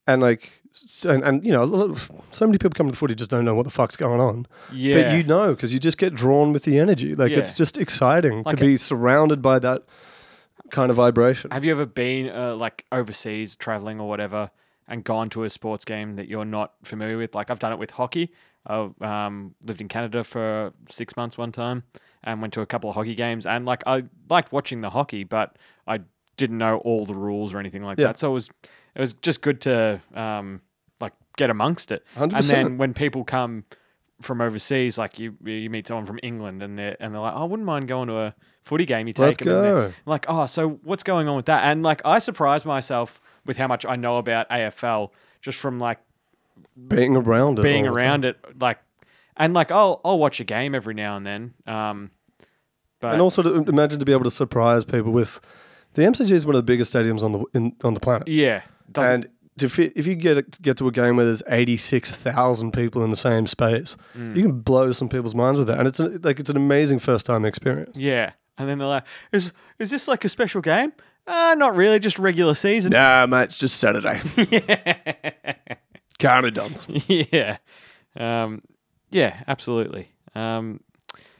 Speaker 2: and like. s- And, and you know, a lot of- so many people come to the footy just don't know what the fuck's going on.
Speaker 1: yeah,
Speaker 2: But you know, because you just get drawn with the energy. Like
Speaker 1: Yeah.
Speaker 2: it's just exciting
Speaker 1: Like
Speaker 2: to be surrounded by that kind of vibration.
Speaker 1: Have you ever been uh, like overseas traveling or whatever and gone to a sports game that you're not familiar with? Like I've done it with hockey. I um, lived in Canada for six months one time and went to a couple of hockey games and like I liked watching the hockey, but I didn't know all the rules or anything like
Speaker 2: Yeah.
Speaker 1: that. So it was it was just good to um, like get amongst it. And
Speaker 2: 100%.
Speaker 1: then when people come from overseas, like you you meet someone from England and they're and they're like, "Oh, I wouldn't mind going to a footy game. You take
Speaker 2: Let's
Speaker 1: 'em in there."
Speaker 2: go.
Speaker 1: like, oh, so what's going on with that? And like, I surprised myself with how much I know about AFL just from like
Speaker 2: Being around it.
Speaker 1: being
Speaker 2: all the
Speaker 1: around it. Like, and like, I'll I'll watch a game every now and then. Um,
Speaker 2: time.
Speaker 1: but
Speaker 2: And also to imagine to be able to surprise people with the MCG is one of the biggest stadiums on the in, on the planet.
Speaker 1: yeah, doesn't,
Speaker 2: and to fit, if you get a- get to a game where there's eighty six thousand people in the same space,
Speaker 1: Mm.
Speaker 2: you can blow some people's minds with that. And it's a, like it's an amazing first time experience.
Speaker 1: yeah. And then they're like, is is this like a special game? Uh, not really, just regular season.
Speaker 2: Nah, mate, it's just Saturday. Can't have done.
Speaker 1: yeah, um, yeah, absolutely. Um,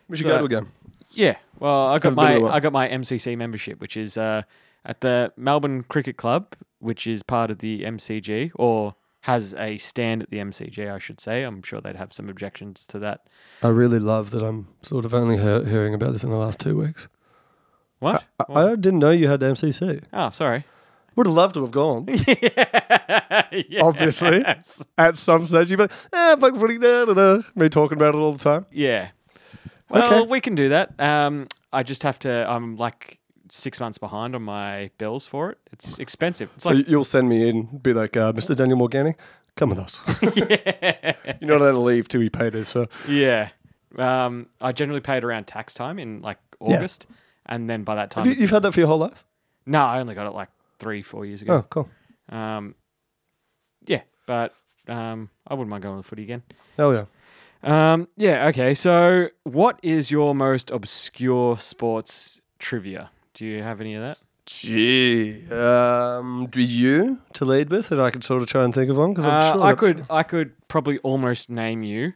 Speaker 2: We should
Speaker 1: So-
Speaker 2: go to a game.
Speaker 1: Yeah. Well, I got
Speaker 2: Have a bit
Speaker 1: my
Speaker 2: of a-
Speaker 1: I got my MCC membership, which is uh, at the Melbourne Cricket Club, which is part of the MCG or has a stand at the MCG, I should say. I'm sure they'd have some objections to that.
Speaker 2: I really love that I'm sort of only he- hearing about this in the last two weeks.
Speaker 1: What?
Speaker 2: I, I didn't know you had MCC.
Speaker 1: oh, sorry.
Speaker 2: Would have loved to have gone.
Speaker 1: Yes.
Speaker 2: Obviously. At some stage, you'd be like, eh, fuck, footy, da, da, da." Me talking about it all the time.
Speaker 1: Yeah. Well,
Speaker 2: Okay.
Speaker 1: we can do that. Um, I just have to. I'm like six months behind on my bills for it. It's expensive. It's
Speaker 2: So
Speaker 1: like
Speaker 2: you'll send me in, be like, uh, Mr. Daniel Morgani, come with us. You're not allowed to leave till we pay this. So
Speaker 1: Yeah. Um, I generally pay it around tax time in like August. And then by that time,
Speaker 2: you,
Speaker 1: it's-
Speaker 2: you've had that for your whole life?
Speaker 1: no, I only got it like three, four years
Speaker 2: Oh,
Speaker 1: ago.
Speaker 2: cool.
Speaker 1: Um, yeah, but um, I wouldn't mind going to the footy again.
Speaker 2: Hell yeah.
Speaker 1: Um, yeah, okay. So, what is your most obscure sports trivia? Do you have any of that?
Speaker 2: Gee. Um, do you to lead with that I could sort of try and think of one? Because I'm
Speaker 1: Uh,
Speaker 2: sure
Speaker 1: I
Speaker 2: that's-
Speaker 1: could, I could probably almost name you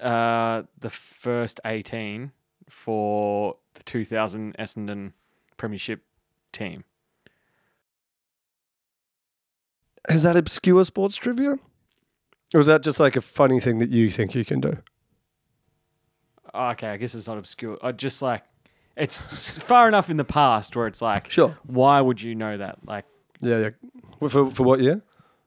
Speaker 1: uh, the first eighteen for the 2000 Essendon Premiership team.
Speaker 2: Is that obscure sports trivia? Or is that just like a funny thing that you think you can do?
Speaker 1: okay, I guess it's not obscure. I just like it's s- far enough in the past where it's like,
Speaker 2: Sure.
Speaker 1: why would you know that? Like
Speaker 2: Yeah, yeah. Well, For, for what year?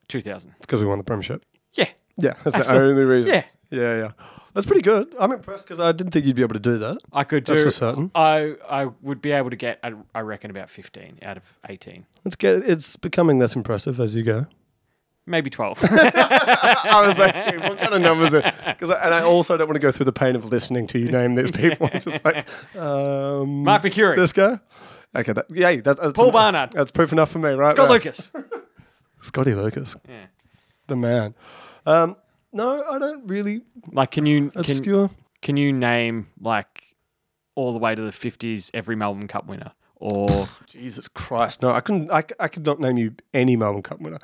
Speaker 1: 2000.
Speaker 2: It's because we won the premiership.
Speaker 1: Yeah,
Speaker 2: Yeah, that's
Speaker 1: Absolutely.
Speaker 2: the only reason.
Speaker 1: yeah.
Speaker 2: yeah, yeah. That's pretty good. I'm impressed because I didn't think you'd be able to do that.
Speaker 1: I could do.
Speaker 2: That's for certain.
Speaker 1: I I would be able to get. I, I reckon about 15 out of 18,
Speaker 2: Let's get. It's becoming less impressive as you go.
Speaker 1: maybe 12.
Speaker 2: I was like, hey, what kind of numbers? Because and I also don't want to go through the pain of listening to you name these people. I'm just like, um,
Speaker 1: Mark McCurry,
Speaker 2: this guy. Okay, that, yay, that's, that's
Speaker 1: Paul Barnard.
Speaker 2: That's proof enough for me, right?
Speaker 1: Scott
Speaker 2: there.
Speaker 1: Lucas.
Speaker 2: Scotty Lucas,
Speaker 1: Yeah.
Speaker 2: the man. Um, no, I don't really
Speaker 1: Like, can you can
Speaker 2: obscure.
Speaker 1: can you name like all the way to the 50s every Melbourne Cup winner or
Speaker 2: Jesus Christ! No, I couldn't. I, c- I could not name you any Melbourne Cup winner.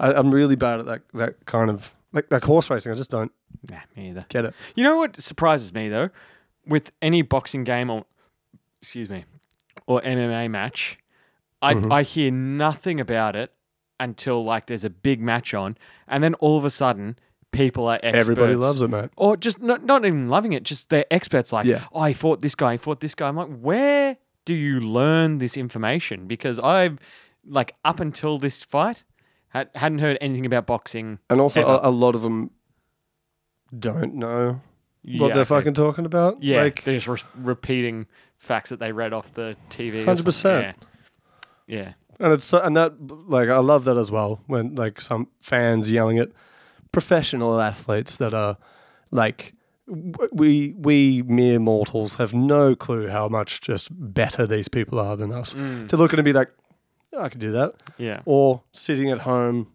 Speaker 2: I, I'm really bad at that that kind of like like horse racing. I just don't
Speaker 1: nah, me either.
Speaker 2: get it.
Speaker 1: You know what surprises me though, with any boxing game or
Speaker 2: Mm-hmm.
Speaker 1: excuse me, or MMA match, I I hear nothing about it until like there's a big match on, and then all of a sudden people are experts.
Speaker 2: Everybody loves it, mate.
Speaker 1: Or just not, not even loving it, just they're experts. Like,
Speaker 2: Yeah.
Speaker 1: oh, I fought this guy, I fought this guy. I'm like, where do you learn this information? Because I've, like, up until this fight, had, hadn't heard anything about boxing.
Speaker 2: And also,
Speaker 1: Ever.
Speaker 2: a, a lot of them don't know
Speaker 1: Yeah,
Speaker 2: what they're
Speaker 1: okay.
Speaker 2: fucking talking about.
Speaker 1: Yeah,
Speaker 2: Like,
Speaker 1: they're just re- repeating facts that they read off the TV. or
Speaker 2: 100%.
Speaker 1: something. Yeah. yeah.
Speaker 2: and it's so- and that like I love that as well when like some fans yelling at professional athletes that are like w- we we mere mortals have no clue how much just better these people are than us to look at and be like "Yeah, I can do that
Speaker 1: Yeah.
Speaker 2: or sitting at home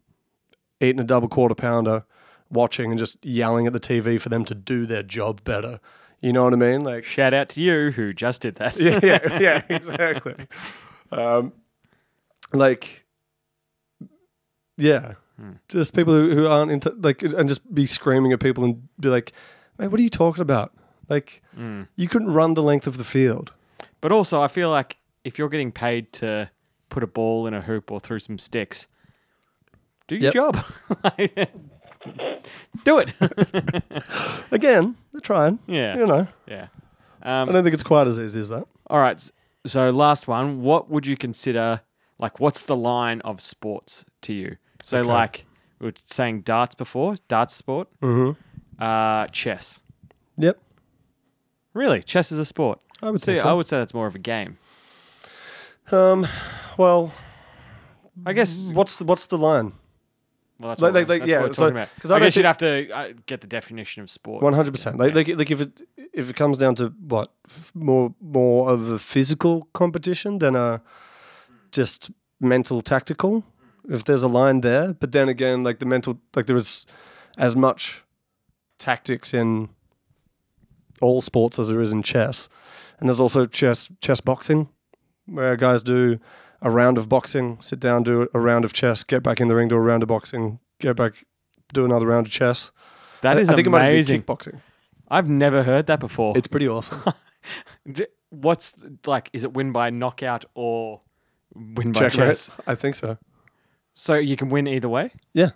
Speaker 2: eating a double quarter pounder watching and just yelling at the TV for them to do their job better you know what I mean like
Speaker 1: Shout out to you who just did that.
Speaker 2: yeah, yeah, yeah, exactly. Um, like, yeah,
Speaker 1: Hmm.
Speaker 2: just people who, who aren't into like, and just be screaming at people and be like, "Mate, what are you talking about? Like,
Speaker 1: Hmm.
Speaker 2: you couldn't run the length of the field."
Speaker 1: But also, I feel like if you're getting paid to put a ball in a hoop or through some sticks, do your
Speaker 2: Yep.
Speaker 1: job. do it.
Speaker 2: Again, they're trying.
Speaker 1: Yeah.
Speaker 2: you know,
Speaker 1: yeah.
Speaker 2: I
Speaker 1: Um,
Speaker 2: don't think it's quite as easy as that.
Speaker 1: all right. s- So, last one. What would you consider, like, what's the line of sports to you? So,
Speaker 2: Okay.
Speaker 1: like, we were saying darts before, darts sport,
Speaker 2: Mm-hmm.
Speaker 1: uh, chess.
Speaker 2: Yep,
Speaker 1: Really? Chess is a sport.
Speaker 2: I would
Speaker 1: See,
Speaker 2: say
Speaker 1: I
Speaker 2: so.
Speaker 1: would say that's more of a game.
Speaker 2: um, well,
Speaker 1: I guess.
Speaker 2: what's the, what's the line?
Speaker 1: Well, that's
Speaker 2: Mm.
Speaker 1: what, we're-
Speaker 2: Like- like- like,
Speaker 1: that's
Speaker 2: yeah,
Speaker 1: what we're
Speaker 2: so-
Speaker 1: talking about.
Speaker 2: 'cause I
Speaker 1: I
Speaker 2: don't
Speaker 1: guess you'd
Speaker 2: think-
Speaker 1: have to uh, get the definition of sport.
Speaker 2: One hundred percent. Like, like, like if it if it comes down to what f- more more of a physical competition than a just mental tactical.
Speaker 1: Mm.
Speaker 2: If there's a line there, but then again, like the mental, like there is as much tactics in all sports as there is in chess, and there's also chess chess boxing, where guys do a round of boxing, sit down, do a round of chess, get back in the ring, do a round of boxing, get back, do another round of chess.
Speaker 1: That
Speaker 2: I-
Speaker 1: is
Speaker 2: I think
Speaker 1: amazing.
Speaker 2: it might be kickboxing.
Speaker 1: I've never heard that before.
Speaker 2: It's pretty awesome.
Speaker 1: D- What's like? Is it win by knockout or win by
Speaker 2: Checkmate.
Speaker 1: chess?
Speaker 2: I think so.
Speaker 1: So you can win either way.
Speaker 2: Yeah.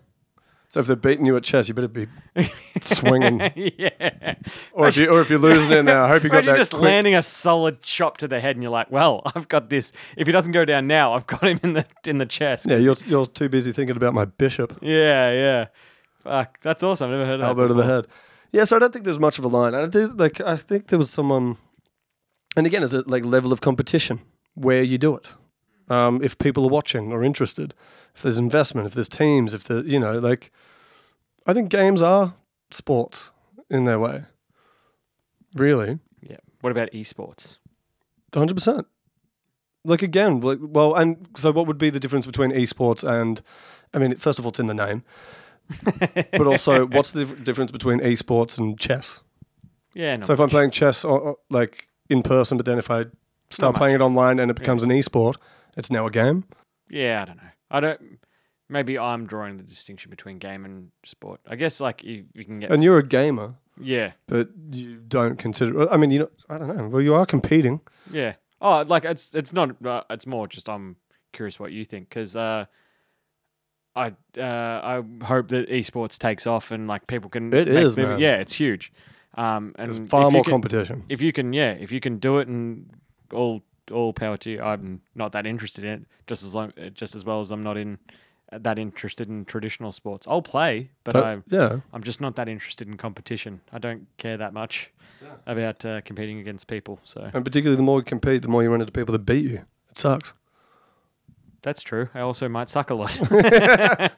Speaker 2: So if they're beating you at chess, you better be swinging.
Speaker 1: yeah.
Speaker 2: Or if, you, or if you're losing it now, I hope you got
Speaker 1: Imagine
Speaker 2: that.
Speaker 1: just
Speaker 2: quick-
Speaker 1: landing a solid chop to the head, and you're like, "Well, I've got this. If he doesn't go down now, I've got him in the in the chest."
Speaker 2: Yeah, you're, you're too busy thinking about my bishop,
Speaker 1: Yeah, yeah. Fuck, that's awesome. I've never heard of
Speaker 2: elbow
Speaker 1: that.
Speaker 2: to the head. Yeah, so I don't think there's much of a line. And I do like I think there was someone, and again, it's a like level of competition where you do it. Um, if people are watching or interested, if there's investment, if there's teams, if the you know like, I think games are sport in their way. Really,
Speaker 1: Yeah. What about esports?
Speaker 2: Hundred percent. Like again, like well, and so what would be the difference between esports and? I mean, first of all, it's in the name, but also, what's the dif- difference between esports and chess?
Speaker 1: Yeah. No.
Speaker 2: So if I'm playing chess, or, or, like in person, but then if I start
Speaker 1: much.
Speaker 2: playing it online and it becomes an esport, it's now a game.
Speaker 1: Yeah, I don't know. I don't. Maybe I'm drawing the distinction between game and sport. I guess like you, you can get.
Speaker 2: And you're a gamer,
Speaker 1: yeah,
Speaker 2: but you don't consider. I mean, you know, I don't know. Well, you are competing.
Speaker 1: yeah. Oh, like it's it's not. Uh, it's more just I'm curious what you think because uh, I uh, I hope that esports takes off and like people can.
Speaker 2: It
Speaker 1: make
Speaker 2: is,
Speaker 1: their-
Speaker 2: man.
Speaker 1: Yeah, it's huge. Um, and
Speaker 2: There's far
Speaker 1: if you
Speaker 2: more
Speaker 1: can-
Speaker 2: competition.
Speaker 1: If you can, yeah, if you can do it and all all power to you. I'm not that interested in it. Just as long, just as well as I'm not in uh, that interested in traditional sports. I'll play, but
Speaker 2: That-
Speaker 1: I
Speaker 2: yeah,
Speaker 1: I'm just not that interested in competition. I don't care that much about uh, competing against people. So
Speaker 2: and particularly the more you compete, the more you run into people that beat you. It sucks.
Speaker 1: that's true. I also might suck a lot.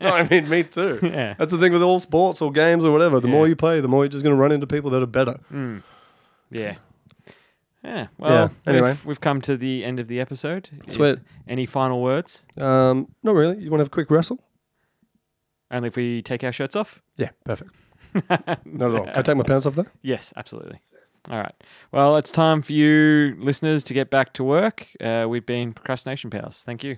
Speaker 2: No, I mean, me too.
Speaker 1: yeah.
Speaker 2: That's the thing with all sports or games or whatever. The more
Speaker 1: Yeah.
Speaker 2: you play, the more you're just going to run into people that are better.
Speaker 1: Mm. Yeah. Yeah. Well,
Speaker 2: anyway.
Speaker 1: we've, we've come to the end of the episode. Is
Speaker 2: Sweet.
Speaker 1: Any final words?
Speaker 2: Um, not really. You want to have a quick wrestle?
Speaker 1: Only if we take our shirts off?
Speaker 2: Yeah, perfect. Not at all. Can I take my pants off though?
Speaker 1: Yes, absolutely. All right. Well, it's time for you listeners to get back to work. Uh, we've been Procrastination Powers. Thank you.